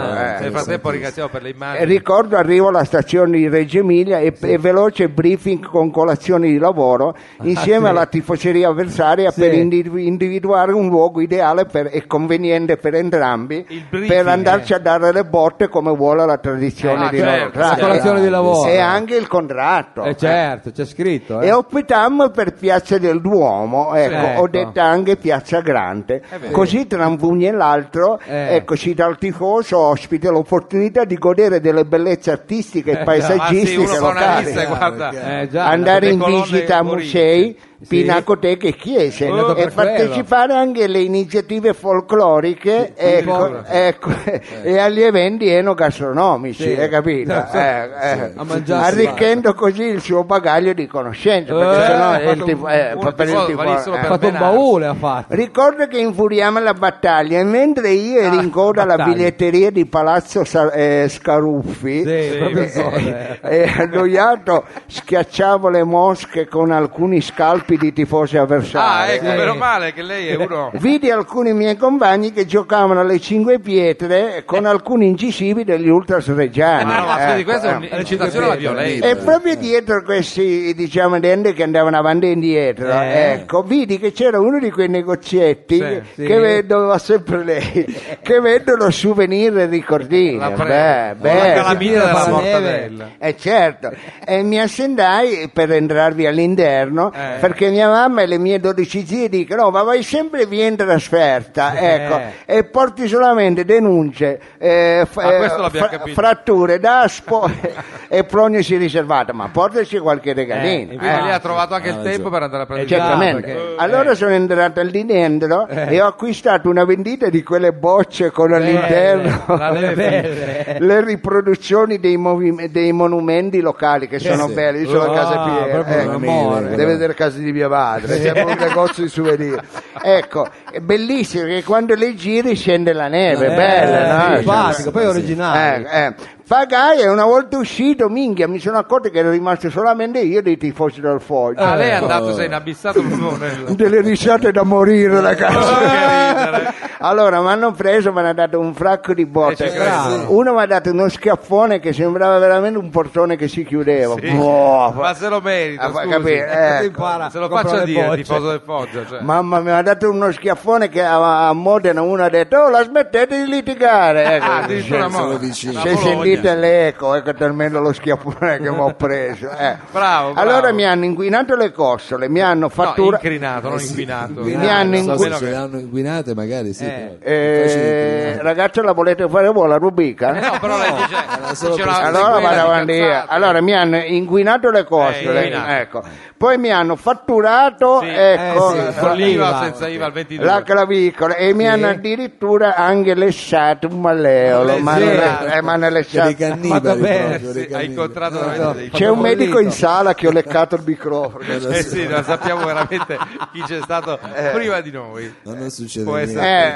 eh. Ah, Nel frattempo ringraziamo per le Ah, Eh, immagini. Ricordo arrivo alla stazione di Reggio Emilia e, e veloce briefing con colazione di lavoro insieme alla tifoseria avversaria Ah, Sì. per individu- individuare un luogo ideale per- e conveniente per entrambi Il briefing, per andarci a dare le botte come vuole la tradizione Ah, di certo, loro. La Tra- colazione di lavoro. E anche il contratto. Eh, certo, c'è scritto. eh. E optammo per Piazza del Duomo, ecco, Ecco. ho detta anche Piazza Grande, così tra un pugno e l'altro, Eh. ecco, si dà al tifoso ospite l'opportunità di godere delle bellezze artistiche e Eh, già. Ma ah, sì, uno paesaggistiche fa una locali. lista, guarda. Eh, già, Andare le in colonne visita a morisce. musei, Pinacoteca e chiese nato e per quello. partecipare anche alle iniziative folcloriche ecco, ecco, e agli eventi enogastronomici, Eh. Sì. hai capito? Sì. Eh, eh, A mangiarsi. arricchendo così il suo bagaglio di conoscenze, perché Eh, sennò ha è il fatto tifo- un- eh, un per il tifo- tifo- valissimo ha eh. per fatto un Benassi. baule ha fatto Ricordo che infuriamo la battaglia e mentre io ero in coda alla Ah, battaglia. biglietteria di Palazzo Sa- eh, Scaruffi, Sì, proprio solo, eh, eh. eh, annoiato schiacciavo le mosche con alcuni scalpi di tifosi Ah, avversari. ecco, meno male che lei è uno. Vidi alcuni miei compagni che giocavano alle cinque pietre con alcuni incisivi degli ultras reggiani. Ma no, ma Ecco, scusi, questa è eh. un'incitazione alla violenza. E proprio dietro questi diciamo denti che andavano avanti e indietro, Eh. ecco, vidi che c'era uno di quei negozietti Sì, sì. che ve- doveva sempre lei, che vendono souvenir e ricordini. La Beh, prego. beh. la calamita della Sì. mortadella. Eh, certo, e mi assendai per entrarvi all'interno Eh. perché mia mamma e le mie 12 zie dicono: No, ma vai sempre via in trasferta, Eh. ecco, e porti solamente denunce, eh, f- Ah, questo eh, l'abbiamo fra- capito. fratture d'aspo e prognosi riservata. Ma portaci qualche regalino, Quindi eh. lei ha trovato anche il tempo per andare a prendere il Certamente. gatto, che- Allora sono entrato lì dentro e ho acquistato una vendita di quelle bocce con all'interno la deve belle. le riproduzioni dei, movim- dei monumenti locali che sono sì. belli. Io sono a Ah, casa Piera, proprio un amore. deve vedere casa di mia madre, siamo un negozio di souvenir. Ecco, è bellissimo che quando le giri scende la neve, è Eh, bella, no? simpatico, Sì, poi sì. originale cioè, Eh, eh. Pagai e una volta uscito, minchia, mi sono accorto che ero rimasto solamente io dei tifosi del Foggia. Ah, lei è andato, sei inabissato proprio nel... Delle risate da morire, Eh, ragazzi. Che ridere. Allora, mi hanno preso, mi hanno dato un fracco di botte. Eh, ci credo. Uno mi ha dato uno schiaffone che sembrava veramente un portone che si chiudeva. Boh, Ma se lo merita, Ah, fa scusi. capire, Eh, ecco. Se lo Compra faccia le dire, bocce. tifoso del Foggia. Cioè. Mamma mia, mi ha dato uno schiaffone che a, a Modena uno ha detto, oh la smettete di litigare. Ecco. Ah, addirittura sono mo- vicini. da Se Bologna. sentite l'eco, ecco almeno lo schiaffone che mi ho preso. eh. Bravo, bravo. Allora mi hanno inquinato le costole, mi hanno No, fattura... incrinato, non inquinato. Mi hanno non so inquinato... se ce le hanno inguinate magari sì Eh. però è facile Eh, inquinare. ragazzi la volete fare voi la rubica? Eh, no, però lei dice... solo c'è una per- Allora sequela vado di avanti io. cazzate. Allora mi hanno inquinato le costole, Eh, inquinato. ecco. poi mi hanno fatturato Sì. ecco, Eh, sì, Con l'IVA, IVA. senza IVA, al 22. la clavicola e mi hanno addirittura anche lesciato un malleolo. Sì. ma non è- eh, ma hanno Cioè, lesciato- dei cannibali Ma va bene, proprio, dei Eh, sì, ha cannibali. incontrato veramente dei... C'è un bollito. medico in sala che ho leccato il microfono. Eh sì, non sappiamo veramente chi c'è stato prima di noi. No, non succede Può niente. essere Eh,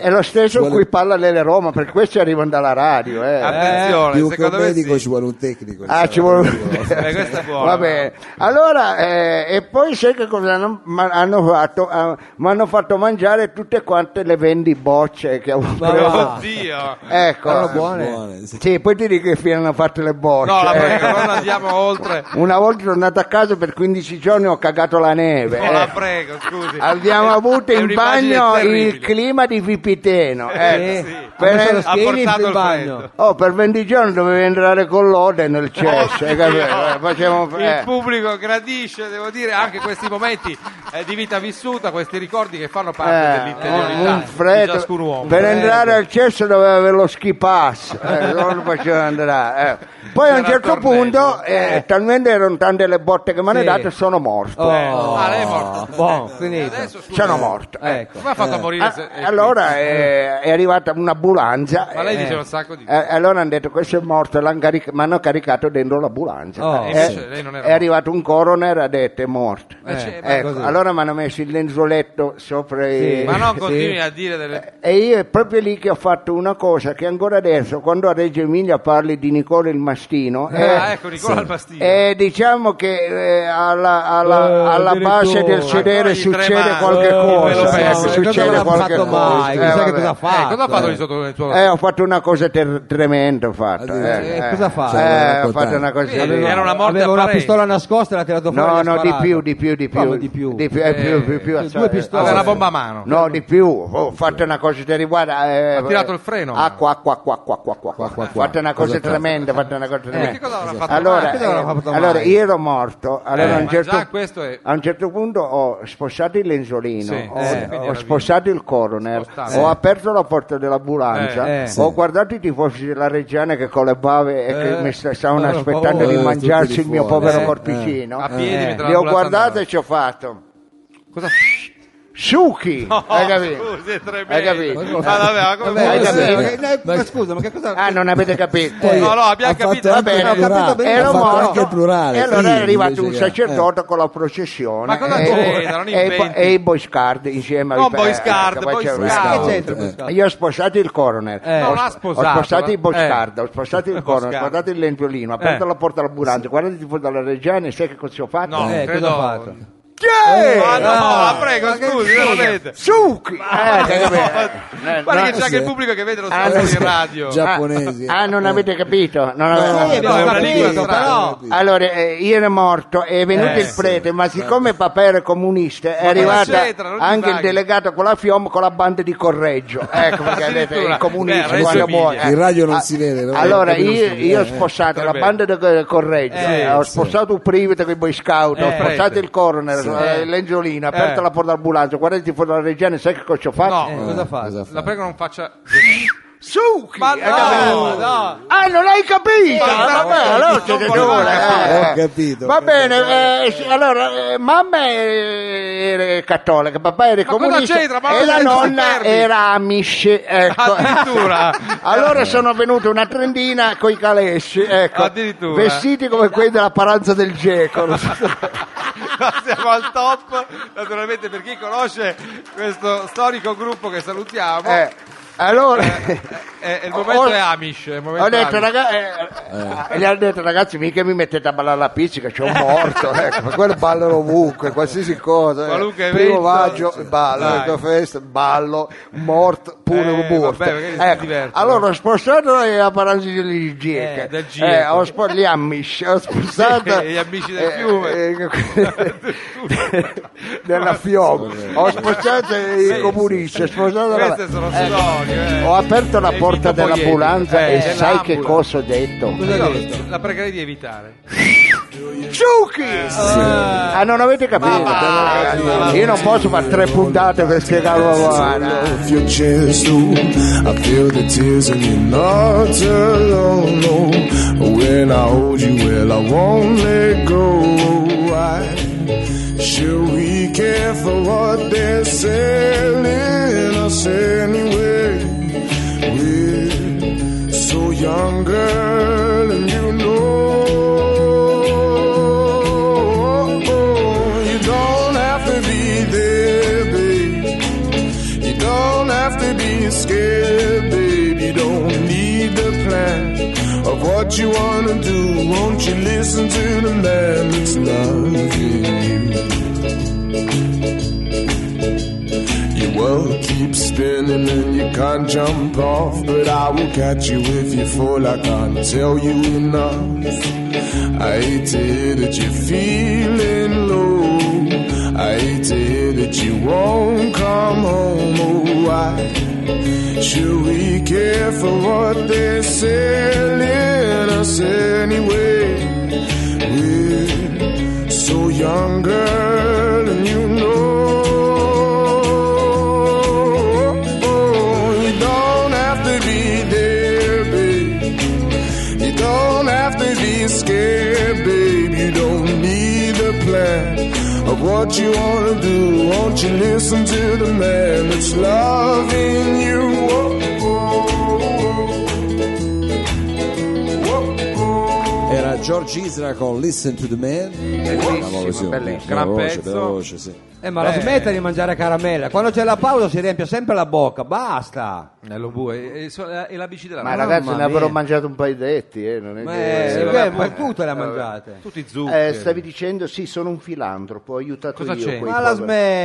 è è lo stesso in cui parla l'Ele Roma, per questo arrivano dalla radio. eh. Ah, Attenzione, più che un secondo me medico sì. ci vuole un tecnico Ah, insomma. ci vuole- Eh, questa è buona. Va bene. Allora, eh, e poi sai che cosa hanno, ma- hanno fatto? Ah, mi hanno fatto mangiare tutte quante le vendi bocce che avevo Ma preso. va. Oddio. Ecco. Erano buone. Buone, sì. Sì, poi ti dico che fine hanno fatto le bocce. No, la prego, ecco. non andiamo oltre. Una volta tornato a casa per 15 giorni ho cagato la neve. No, la ecco. prego, scusi. Abbiamo avuto È in un'immagine bagno il terribile. clima di Vipiteno. Eh, ecco. sì. Per- Per Ha portato il freddo. Oh, per 20 giorni dovevi entrare con l'ode nel cesso, hai capito? Oddio. Eh, Facevamo, Eh, Il eh. pubblico gradisce, devo dire, anche questi momenti eh, di vita vissuta, questi ricordi che fanno parte Eh, dell'interiorità un freddo. di ciascun uomo. Eh. Per entrare al cesso doveva avere lo ski pass, eh, non lo faceva andare. eh. Poi a un C'era certo il tornello. punto, eh, talmente erano tante le botte che mi hanno Sì. dato, sono morto. Eh, ah, lei è morto. Buon, E finito. adesso, scusi, Sono morto. eh. Ecco. come ha fatto a morire? Ah, se- eh, allora eh, è arrivata un'ambulanza. Ma lei eh, diceva un sacco di... Eh, allora hanno detto questo è morto, l'han caric- mi hanno caricato dentro l'ambulanza. Oh. Eh, E invece lei non era è arrivato un coroner ha detto è morto. Eh, c'è- ma Ecco, cos'è? allora mi hanno messo il lenzoletto sopra i... Sì. ma non sì. continui a dire delle... E io è proprio lì che ho fatto una cosa che ancora adesso, quando a Reggio Emilia parli di Nicola il Mastino, Ah, eh, ecco, Nicola al Pastino. eh, diciamo che eh, alla, alla- Eh, alla addirittura. base del sedere Ancora gli succede tremano. qualche Eh, cosa. ve lo ecco, penso. succede Cosa l'ha qualche fatto cosa. mai? Eh, Chissà che vabbè. cosa ha Eh, fatto? cosa ha fatto di sotto nel suo... Eh, ho fatto una cosa ter- tremenda. Ho fatto, Addirittura. eh, Eh, eh. cosa fa? Eh, Cioè, devo ho raccontare. fatto una cosa Quindi lì. era una morte Aveva una apparente. pistola nascosta e l'ha tirato fuori. e No, l'ha no, di sparato. più, di più, di più. Come di più? più, eh, più, più, più, due cioè, pistole. Aveva una bomba a mano. No, di più. Oh, fate una cosa derivata. Eh, Ah. Ha tirato il freno. Acqua, acqua, acqua, acqua, acqua, acqua. acqua, acqua. Fate una cosa Cosa fa? tremenda, fate una cosa tremenda. Eh, che cosa avrà fatto allora, male? Che cosa avrà fatto eh, allora, male? io ero morto. Allora, Eh, a, un ma certo, già questo è- a un certo punto ho spostato il lenzuolino, Sì, ho, eh, ho quindi era spostato il coroner, Spostato. ho aperto la porta dell'ambulanza, Eh, eh. ho guardato i tifosi della Reggiana che collebavano e che Eh. mi sta- stavano Povero aspettando povero. di Eh, mangiarsi tutti il lì mio fuori. povero Eh, corpicino. A piedi Eh. mentre Li ho l'ambulanza guardati andava. e ci ho fatto. Cosa Sciuchi! hai capito? Scusi, è tremendo. Hai capito? Ah, vabbè, ma come Vabbè, Hai ma capito? sì, ma- eh, ma scusa, ma che cosa... Ah, non avete capito. Poi No, no, abbiamo ha fatto capito. Eh, anche Va bene, il ho capito plurale, bene. Ero ha fatto morto. anche il plurale. e allora è Sì, arrivato invece un che- eh. sacerdote con la processione Ma cosa e, c'entra? Non e, i bo- inventi. e i boy scout insieme No, ai Boy Scout, eh, poi Boy c'è- Scout. eh, Che c'entra Eh. questo? Io ho sposato il coroner, Eh. ho, Non ha sposato, ho sposato eh. i Boscard, ho sposato il Boy coroner, ho Scout. guardato il lenzuolino, ho aperto Eh. la porta all'ambulanza, guardate tipo dalla Reggiana e sai che cosa ho fatto? No. Eh, credo- Eh, cosa ha fatto? Yeah! Ma no, Ah, la prego, scusi, veramente. Succhi! Eh, sai No, capito? Eh, guarda no. che c'è anche il sì. pubblico che vede lo Ah, spazio no, di sì. radio. Già- Giapponesi. Ah, non avete capito? Non avete- Eh, no, ma è ho una lingua capito, strana. però... Allora, eh, io ero morto, è venuto Eh, il prete, ma Certo. siccome papà era comunista, è Ma arrivato cosa c'entra? Non ti anche il sbagli. delegato con la FIOM con la banda di Correggio. Ecco perché vedete, Addirittura. il comunista Beh, Reggio quando vuole. Emilia. eh. Il radio non Ah, si vede, però- Allora, non si io, vede, io ho eh. sposato la Potrebbe. banda di Cor- Correggio, Eh, ho sì. sposato un private con i boy scout, ho Eh, sposato prete. il coroner, eh, l'engiolino, ho aperto Eh. la porta ambulanza, guardate fuori dalla regione, sai che cosa ho fatto? No. Eh, cosa fa? Cosa fa? La prego non faccia... Succhi! Ma eh, no, capito? no. Ah, non hai capito? Ma Vabbè, no, no, allora non siete volevo giovani, capire. eh. Ho capito, ho Va capito. bene, eh, sì, allora, eh, mamma era cattolica, papà era cosa comunista c'entra? Ma e la non nonna perdi. era amish, ecco. Addirittura. Allora sono venuto una trentina coi calesci, ecco, Addirittura. vestiti come quelli della paranza del Geco. Siamo al top, naturalmente per chi conosce questo storico gruppo che salutiamo. Eh, allora, Eh, eh, il momento Ho- è Amish. è il momento ho detto, Amish. raga- eh, eh, gli hanno detto, ragazzi, mica mi mettete a ballare la pizzica, c'è un morto, ecco, ma quello ballano ovunque, qualsiasi cosa. eh. Qualunque Primo evento, maggio, cioè, ballo, dai. ecco, festa, ballo, morto, pure Eh, un morto. vabbè, perché si Ecco, divertono. Allora ho spostato la paralisi di Gieca, Eh, del Gieco. eh, ho spo- gli amici, ho spostato... Sì, gli amici del fiume. eh, della Fioma, ho spostato i comunisti, ho spostato la- Queste sono storie. eh. ho aperto la E porta Vito Poieti. dell'ambulanza Eh, e sai che dell'ambulanza. cosa ho detto? Cosa Io hai detto? La pregherei di evitare. Ciucchi! Ah, non avete capito? Io non posso fare tre puntate per spiegare la guarda. If you Jesu, I feel the tears and you're not alone. No. When I hold you, well, I won't let go. I should we care for what they're selling us anyway? We're so young, girl, and you know you don't have to be there, babe. You don't have to be scared, babe. You don't need the plan of what you wanna do. Won't you listen to the man that's loving you? Your world keeps spinning and you can't jump off, but I will catch you if you fall. I can't tell you enough. I hate to hear that you're feeling low. I hate to hear that you won't come home. Oh, why? Should we care for what they're selling us anyway? We're so young, girl, and you know you don't have to be there, babe. You don't have to be scared, babe. You don't need a plan of what you wanna do. Won't you listen to the man that's loving you? Oh, Era George Isra con Listen to the Man. bellissimo. Bellissimo, Gran voce, pezzo. bella voce, sì. Eh, ma la smetta di mangiare caramella. Quando c'è la pausa si riempie sempre la bocca, basta. Nello bue. E, so- e la bici della Ma Rai. ragazzi, ne mia. avrò mangiato un paio detti, eh, non è Ma che- eh, sì, beh, vabbè, ma tutte le mangiate. Tutti zuccheri. Eh, stavi dicendo, sì, sono un filantropo, ho aiutato Cosa io. c'entra? quei Ma la poveri.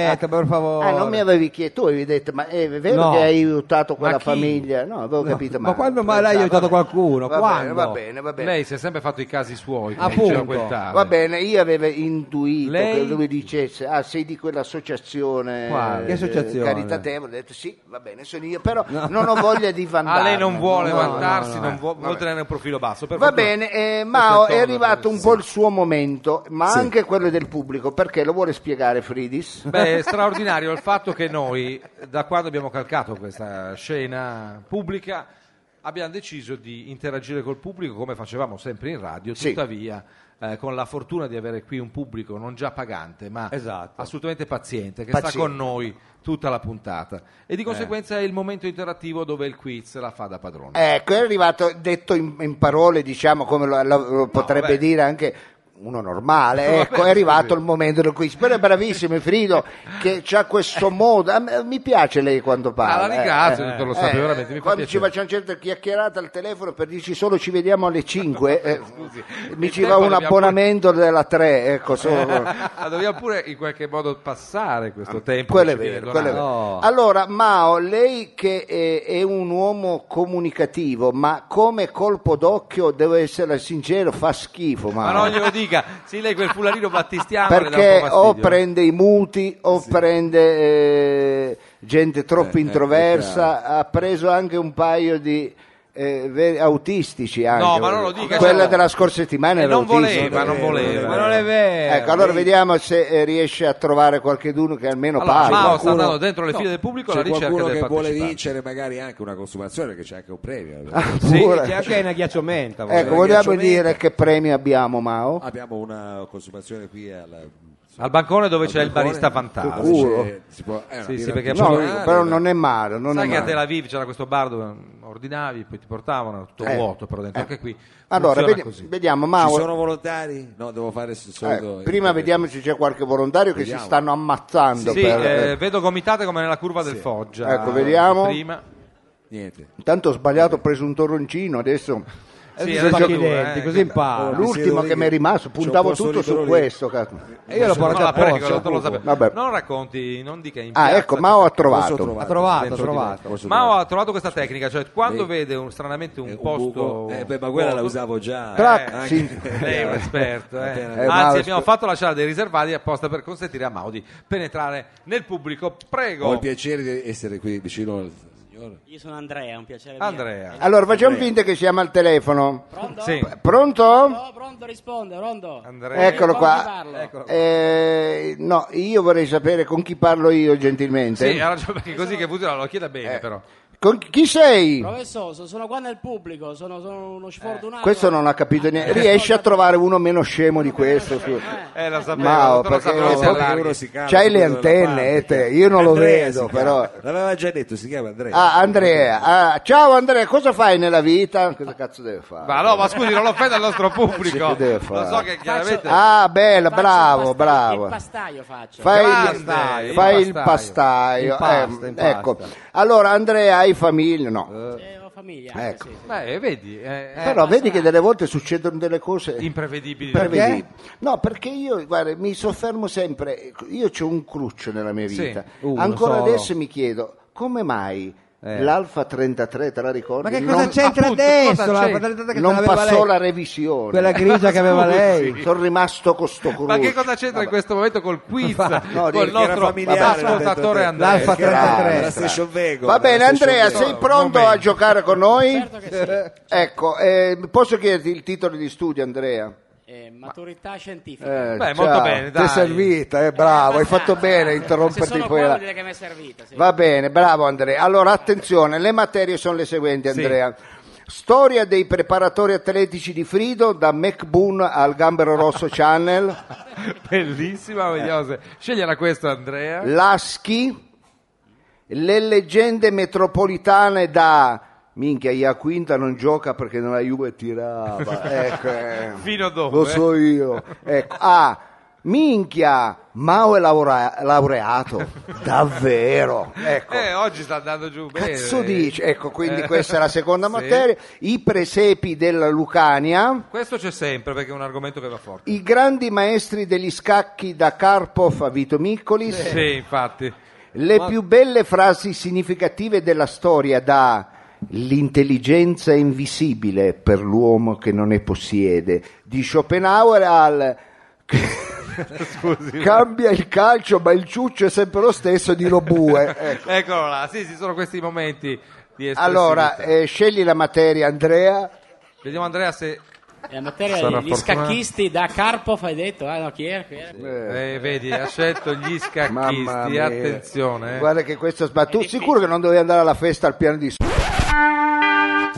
smetta, per favore. Ah, non mi avevi chiesto, tu avevi detto, ma è vero No. che hai aiutato quella chi? famiglia? No, avevo capito. ma quando mai lei ha aiutato qualcuno? Va bene, Quando? va bene, va bene. Lei si è sempre fatto i casi suoi. Appunto. Appunto. Va bene, io avevo intuito Lei- che lui dicesse, ah, sei di quell'associazione Quale? Che eh, associazione? caritatevole, ho detto sì, va bene, sono io, però non ho voglia di Ah, vantarmi. lei non vuole No, vantarsi, no, no, non eh, vuo- vabbè. vuole tenere un profilo basso. Per Va fortuna. bene, eh, Mao Questo è tono, arrivato un sì. po' il suo momento, ma Sì. anche quello del pubblico, perché lo vuole spiegare Fridis? Beh, è straordinario il fatto che noi, da quando abbiamo calcato questa scena pubblica, abbiamo deciso di interagire col pubblico come facevamo sempre in radio, Sì. tuttavia eh, con la fortuna di avere qui un pubblico non già pagante, ma Esatto. assolutamente paziente, che sta Paziente. Eh. con noi tutta la puntata. E di conseguenza è il momento interattivo dove il quiz la fa da padrone. Ecco, è arrivato, detto in, in parole, diciamo, come lo, lo- lo potrebbe vabbè. dire anche uno normale, Vabbè, ecco, è arrivato scusi. il momento del quiz. Però è bravissimo Frido, che ha questo modo, a me- mi piace lei quando parla. eh, Ah, la ringrazio, dottor Lo Sapio, veramente, mi fa Quando ci piacere. facciamo certe chiacchierate al telefono per dirci solo ci vediamo alle 5, eh, mi il ci va tempo un l'abbiamo- abbonamento della 3, ecco, solo... Ma dobbiamo pure in qualche modo passare questo tempo. Ah, Quello è che ci viene vero, quello è vero. donato. No. Allora, Mao, lei che è, è un uomo comunicativo, ma come colpo d'occhio, devo essere sincero, fa schifo. Ma Mao. non glielo dica, sì, lei quel fularino battistiano le dà un po' perché o fastidio. prende i muti o prende eh, gente troppo Eh, eh, introversa, ha preso anche un paio di eh, veri- autistici. Anche. No, ma non lo dica, Quella cioè- della scorsa settimana Eh, era non autista. voleva, non voleva. Ma non è vero. Ecco, allora vediamo se eh, riesce a trovare qualcheduno che almeno Allora, parla. Mao sta qualcuno- andando dentro le file del pubblico alla C'è ricerca qualcuno del che vuole partecipante. vincere magari anche una consumazione perché c'è anche un premio. Sì, Pure. c'è anche una ghiacciomenta. volevo Ecco, dire. vogliamo ghiacciomento. dire che premi abbiamo, Mao? Ah, Abbiamo una consumazione qui al, Al bancone dove al c'è il balcone. barista Ah, fantastico. Tu- Dove culo. c'è- Eh, si può- è una Sì, sì, birra perché- No, artigianale, Giornale, però una- non è male, non è Sai che a Tel male. Aviv c'era questo bar dove ordinavi, poi ti portavano, tutto Eh, vuoto, però dentro anche qui Allora, funziona vedi- così. vediamo, Ci Mao. sono volontari? No, devo fare il solito. eh, prima vediamo se c'è qualche volontario che Vediamo. si stanno ammazzando. Sì, per- eh, vedo gomitate come nella curva del Foggia. Ecco, vediamo. Prima. Niente. Intanto ho sbagliato, ho preso un toroncino adesso. Sì, Adesso adesso spacchi i tu, eh, denti, così che- impara. Allora, mi L'ultimo siedo che lì. mi è rimasto, C'è un puntavo posto tutto libero su lì. questo. cazzo. E io l'ho No, portata la prego, apposta. dottor Lo Sapio. Vabbè. Non racconti, non dica in Ah, piazza ecco, che- Mao ha Posso trovato. trovare? Ha trovato, ha Dentro di trovato. Posso Mao trovare? ha trovato questa tecnica, cioè quando vede un- stranamente un Eh, un posto... buco. Eh, beh, ma quella la vuoto- usavo già. eh, Trac- anche- sì. Lei è un esperto, eh. Appena- Eh, Mao anzi è abbiamo esperto. fatto lasciare dei riservati apposta per consentire a Mao di penetrare nel pubblico. Ho Prego, il piacere di essere qui vicino al signore. Io sono Andrea, è un piacere. Andrea. mio. Allora, facciamo finta che siamo al telefono. Pronto? Sì. Pronto? No, pronto, risponde, pronto. Andrea. Eccolo Con chi qua. parlo? Eh, no, io vorrei sapere con chi parlo io, gentilmente. Sì, ha ragione perché così che funziona, lo chieda bene Eh. però. Con chi sei? Professoso, sono qua nel pubblico, sono, sono uno sfortunato. Questo non ha capito niente. Riesci a trovare uno meno scemo di questo? scusa. Eh, la sapevo, Mao, dottor Lo perché- Sapio, si perché allarghi. uno si cala C'hai le subito dalla antenne, parte. eh, te. Io non lo Andrea vedo, si chiama. però- L'aveva già detto, si chiama Andrea. Ah, Andrea. Ah, ciao Andrea, cosa fai nella vita? Cosa cazzo deve fare? Ma no, ma scusi, non l'offenda al nostro pubblico. Sì, che deve Lo fare? so che chiaramente... eh. Ah, bella, Faccio bravo, il pastaio- bravo. Il pastaio faccio. Fai il, Grande, pastaio, il fai il pastaio. pastaio. Impasta, Eh, impasta. Ecco. Allora, Andrea, hai famiglia? No. Eh, ho famiglia. Ecco. Sì, sì. Beh, vedi, eh, Però vedi che delle volte succedono delle cose. imprevedibili. Prevedibili. No, perché io guarda, mi soffermo sempre. Io c'ho un cruccio nella mia Sì, vita. uno Ancora solo. adesso mi chiedo come mai Eh. l'Alfa 33, te la ricordi? Ma che cosa non, c'entra appunto, adesso? cosa la c'entra? patentata che non te l'aveva passò lei? la revisione. Quella grigia che aveva lei. Sono rimasto con sto cruccio. Ma che cosa c'entra in questo momento col quiz? no, dico col che era nostro familiare, ascoltatore l'ha detto te. Andrea. L'Alfa Perché era 33. la Station Wagon, Va bene, la Station Andrea, Wagon. sei pronto momento. a giocare con noi? Certo che sì. Ecco, eh, posso chiederti il titolo di studio, Andrea? Eh, maturità scientifica. Eh, Beh, molto bene, Ti dai. è servita, eh, bravo, hai fatto bene a Se interromperti sono poi. la- qua vuol dire che mi è servita, sì. Va bene, bravo Andrea. Allora, attenzione, le materie sono le seguenti, Sì. Andrea. Storia dei preparatori atletici di Frido, da McBoon al Gambero Rosso Channel, Bellissima, vediamo Eh. se... Sceglierà questo Andrea. Laschi, le leggende metropolitane da... Minchia, Iaquinta non gioca perché non la Juve tirava. Ecco, eh. Fino a eh. dove? Lo so io. Ecco. Ah, minchia, Mao è laura- laureato. Davvero. Ecco. Eh, oggi sta andando giù bene. Cazzo dici? Ecco, quindi Eh. questa è la seconda Sì. materia. I presepi della Lucania, Questo c'è sempre perché è un argomento che va forte. i grandi maestri degli scacchi da Karpov a Vito Miccolis, Sì, infatti. le più belle frasi significative della storia da L'intelligenza invisibile per l'uomo che non ne possiede di Schopenhauer al Scusi. Cambia il calcio, ma il ciuccio è sempre lo stesso di Lobue. Ecco. Eccolo là, sì, ci sono questi momenti di espressività. Allora, eh, scegli la materia, Andrea. Vediamo Andrea se... La materia Sarà Eh, gli fortunato. scacchisti da Karpov hai detto, ah no, chi era? Chi era? Eh, vedi, ha scelto gli Mamma scacchisti, mia. attenzione. eh. Guarda che questo ma tu sicuro che non dovevi andare alla festa al piano di sopra?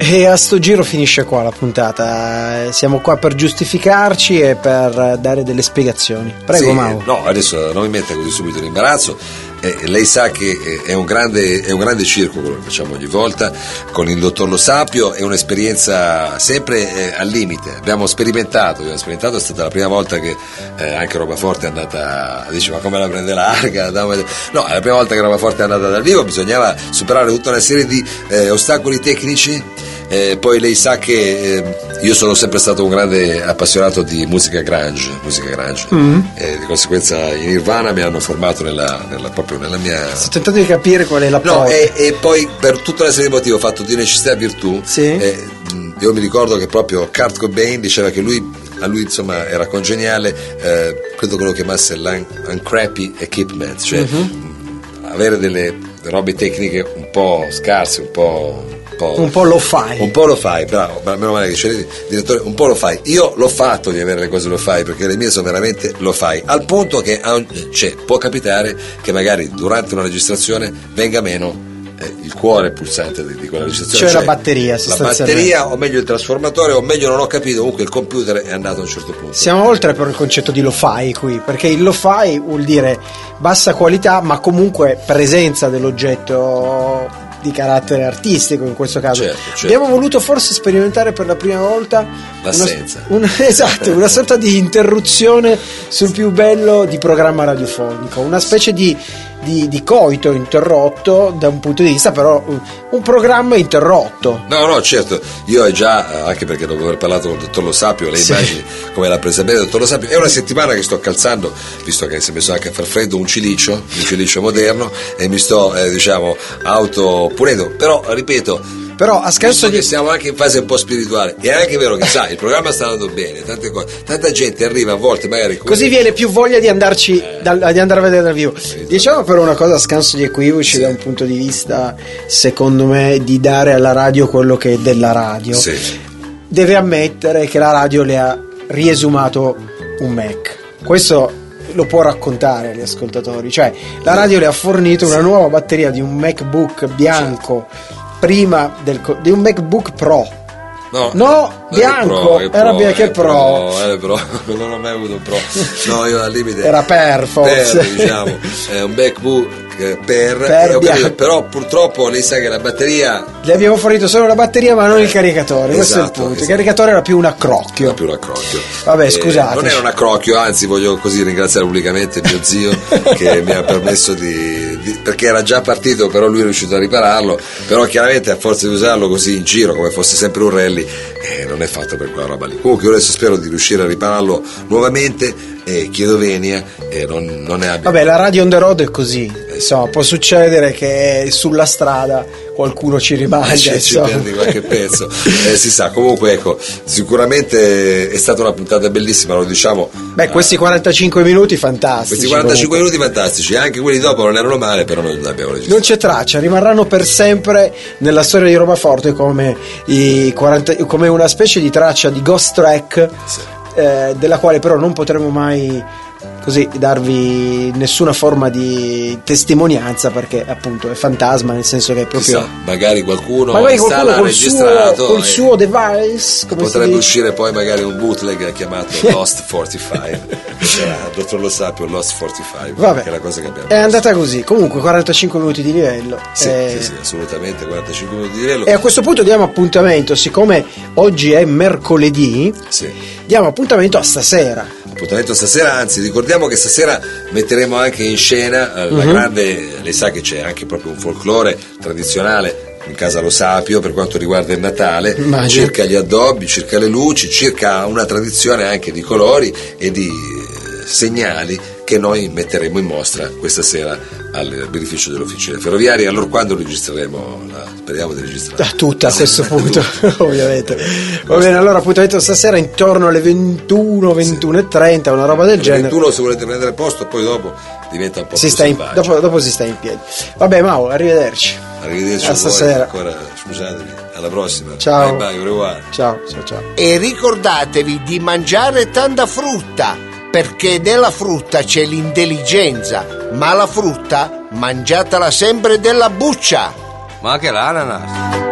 E a sto giro finisce qua la puntata. Eh, Siamo qua per giustificarci e per eh, dare delle spiegazioni. Prego, Sì, Mauro. No, adesso non mi metta così subito in imbarazzo. Eh, lei sa che eh, è un, grande, è un grande circo quello che facciamo ogni volta con il dottor Lo Sapio, è un'esperienza sempre eh, al limite. Abbiamo sperimentato, abbiamo sperimentato, è stata la prima volta che eh, anche Robaforte è andata, dice ma come la prende larga? Andiamo a vedere. No, è la prima volta che Robaforte è andata dal vivo, bisognava superare tutta una serie di eh, ostacoli tecnici. Eh, poi lei sa che eh, io sono sempre stato un grande appassionato di musica grunge, musica grunge. Mm. Eh, di conseguenza in Nirvana mi hanno formato nella, nella- proprio nella mia... Sto tentando di capire qual è la No, prova. e, e poi per tutta una serie di motivi ho fatto di necessità virtù. Sì. Eh, mh, io mi ricordo che proprio Kurt Cobain diceva che lui, a lui insomma era congeniale, eh, credo che lo chiamasse l'un- uncrappy equipment, cioè Mhm. mh, avere delle robe tecniche un po' scarse, un po'... Un po' lo fai. Un po' lo fai, bravo, ma meno male che c'è il direttore, un po' lo fai. Io l'ho fatto di avere le cose lo fai, perché le mie sono veramente lo fai, al punto che a un- cioè, può capitare che magari durante una registrazione venga meno eh, il cuore pulsante di, di quella registrazione. Cioè la batteria, La sostanzialmente. batteria, o meglio il trasformatore, o meglio non ho capito, comunque il computer è andato a un certo punto. Siamo oltre per il concetto di lo-fi qui, perché il lo-fi vuol dire bassa qualità ma comunque presenza dell'oggetto di carattere artistico in questo caso. Certo, certo. Abbiamo voluto forse sperimentare per la prima volta una- L'assenza. una- esatto, una sorta di interruzione sul più bello di programma radiofonico, una specie di, di- di coito interrotto da un punto di vista però un- un programma interrotto. No, no, certo, io è già, eh, anche perché dopo aver parlato con il dottor Lo Sapio, lei Sì. immagini come l'ha presa bene il dottor Lo Sapio, è una settimana che sto calzando, visto che si è messo anche a far freddo, un cilicio, un cilicio moderno, e mi sto, eh, diciamo, autopunendo, però, ripeto, Però a scherzo Visto di... che siamo anche in fase un po' spirituale, è anche vero che sai, il programma sta andando bene, tante cose, tanta gente arriva a volte magari con- Così viene più voglia di andarci dal- di andare a vedere dal vivo. esatto. Diciamo però una cosa a scanso di equivoci da un punto di vista, secondo me, di dare alla radio quello che è della radio. Sì. Deve ammettere che la radio le ha riesumato un Mac. Questo lo può raccontare agli ascoltatori, cioè la radio le ha fornito una nuova batteria di un MacBook bianco prima del co- di un MacBook Pro. No, No, non era bianco, è era bianco, è è pro. è pro. non ho mai avuto un pro. No, io al limite Era per, forse. per, diciamo, è un MacBook eh, per, Per eh, ho capito, bianco. però purtroppo lei sa che la batteria Le abbiamo fornito solo la batteria ma non il caricatore, questo è il Eh, Esatto, punto. Il esatto. caricatore era più un non accrocchio. è più un accrocchio. Vabbè, Eh, scusate. Non era un accrocchio, anzi voglio così ringraziare pubblicamente mio zio che mi ha permesso di, di- perché era già partito, però lui è riuscito a ripararlo, però chiaramente a forza di usarlo così in giro come fosse sempre un rally, eh, non è fatto per quella roba lì. Comunque io adesso spero di riuscire a ripararlo nuovamente e chiedo venia e non, non ne abbia Vabbè, la radio on the road è così. Insomma, può succedere che sulla strada qualcuno ci rimanga. ci, ci insomma. perdi qualche pezzo Eh, si sa comunque ecco sicuramente è stata una puntata bellissima lo diciamo Beh, questi 45 minuti fantastici. questi 45 comunque. minuti fantastici anche quelli dopo non erano male però non li abbiamo registrato Non c'è traccia, rimarranno per sempre nella storia di Roma Forte come, i 40 come una specie di traccia di ghost track, Sì. eh, della quale però non potremo mai così darvi nessuna forma di testimonianza perché appunto è fantasma nel senso che è proprio... Chissà, magari qualcuno Magari in sala qualcuno ha col suo, registrato col e suo device, come si potrebbe dice? uscire poi magari un bootleg chiamato Lost 45 Sarà, dottor Lo Sapio Lost 45 Vabbè, che è la cosa che abbiamo è andata così. Comunque 45 minuti di livello. sì, eh, sì, sì, assolutamente 45 minuti di livello E a questo punto diamo appuntamento, siccome oggi è mercoledì, sì. diamo appuntamento a stasera. appuntamento stasera, anzi ricordiamo che stasera metteremo anche in scena eh, Mhm. la grande, lei sa che c'è anche proprio un folklore tradizionale in casa Lo Sapio per quanto riguarda il Natale, Immagino. circa gli addobbi, circa le luci, circa una tradizione anche di colori e di eh, segnali che noi metteremo in mostra questa sera al beneficio dell'Officina Ferroviaria. Allora quando registreremo? La... Speriamo di registrare. Da tutta a stesso punto, ovviamente. Va bene, allora appuntamento stasera intorno alle 21, 21.30, una roba del genere. 21 se volete prendere posto, poi dopo diventa un po' Si più sta in- selvaggio. dopo, dopo si sta in piedi. Vabbè, Mau, arrivederci. Arrivederci a a voi stasera. ancora, scusatemi, alla prossima. Ciao. Bye bye, au revoir. Ciao, ciao, ciao. E ricordatevi di mangiare tanta frutta, perché nella frutta c'è l'intelligenza, ma la frutta mangiatela sempre della buccia. Ma anche l'ananas.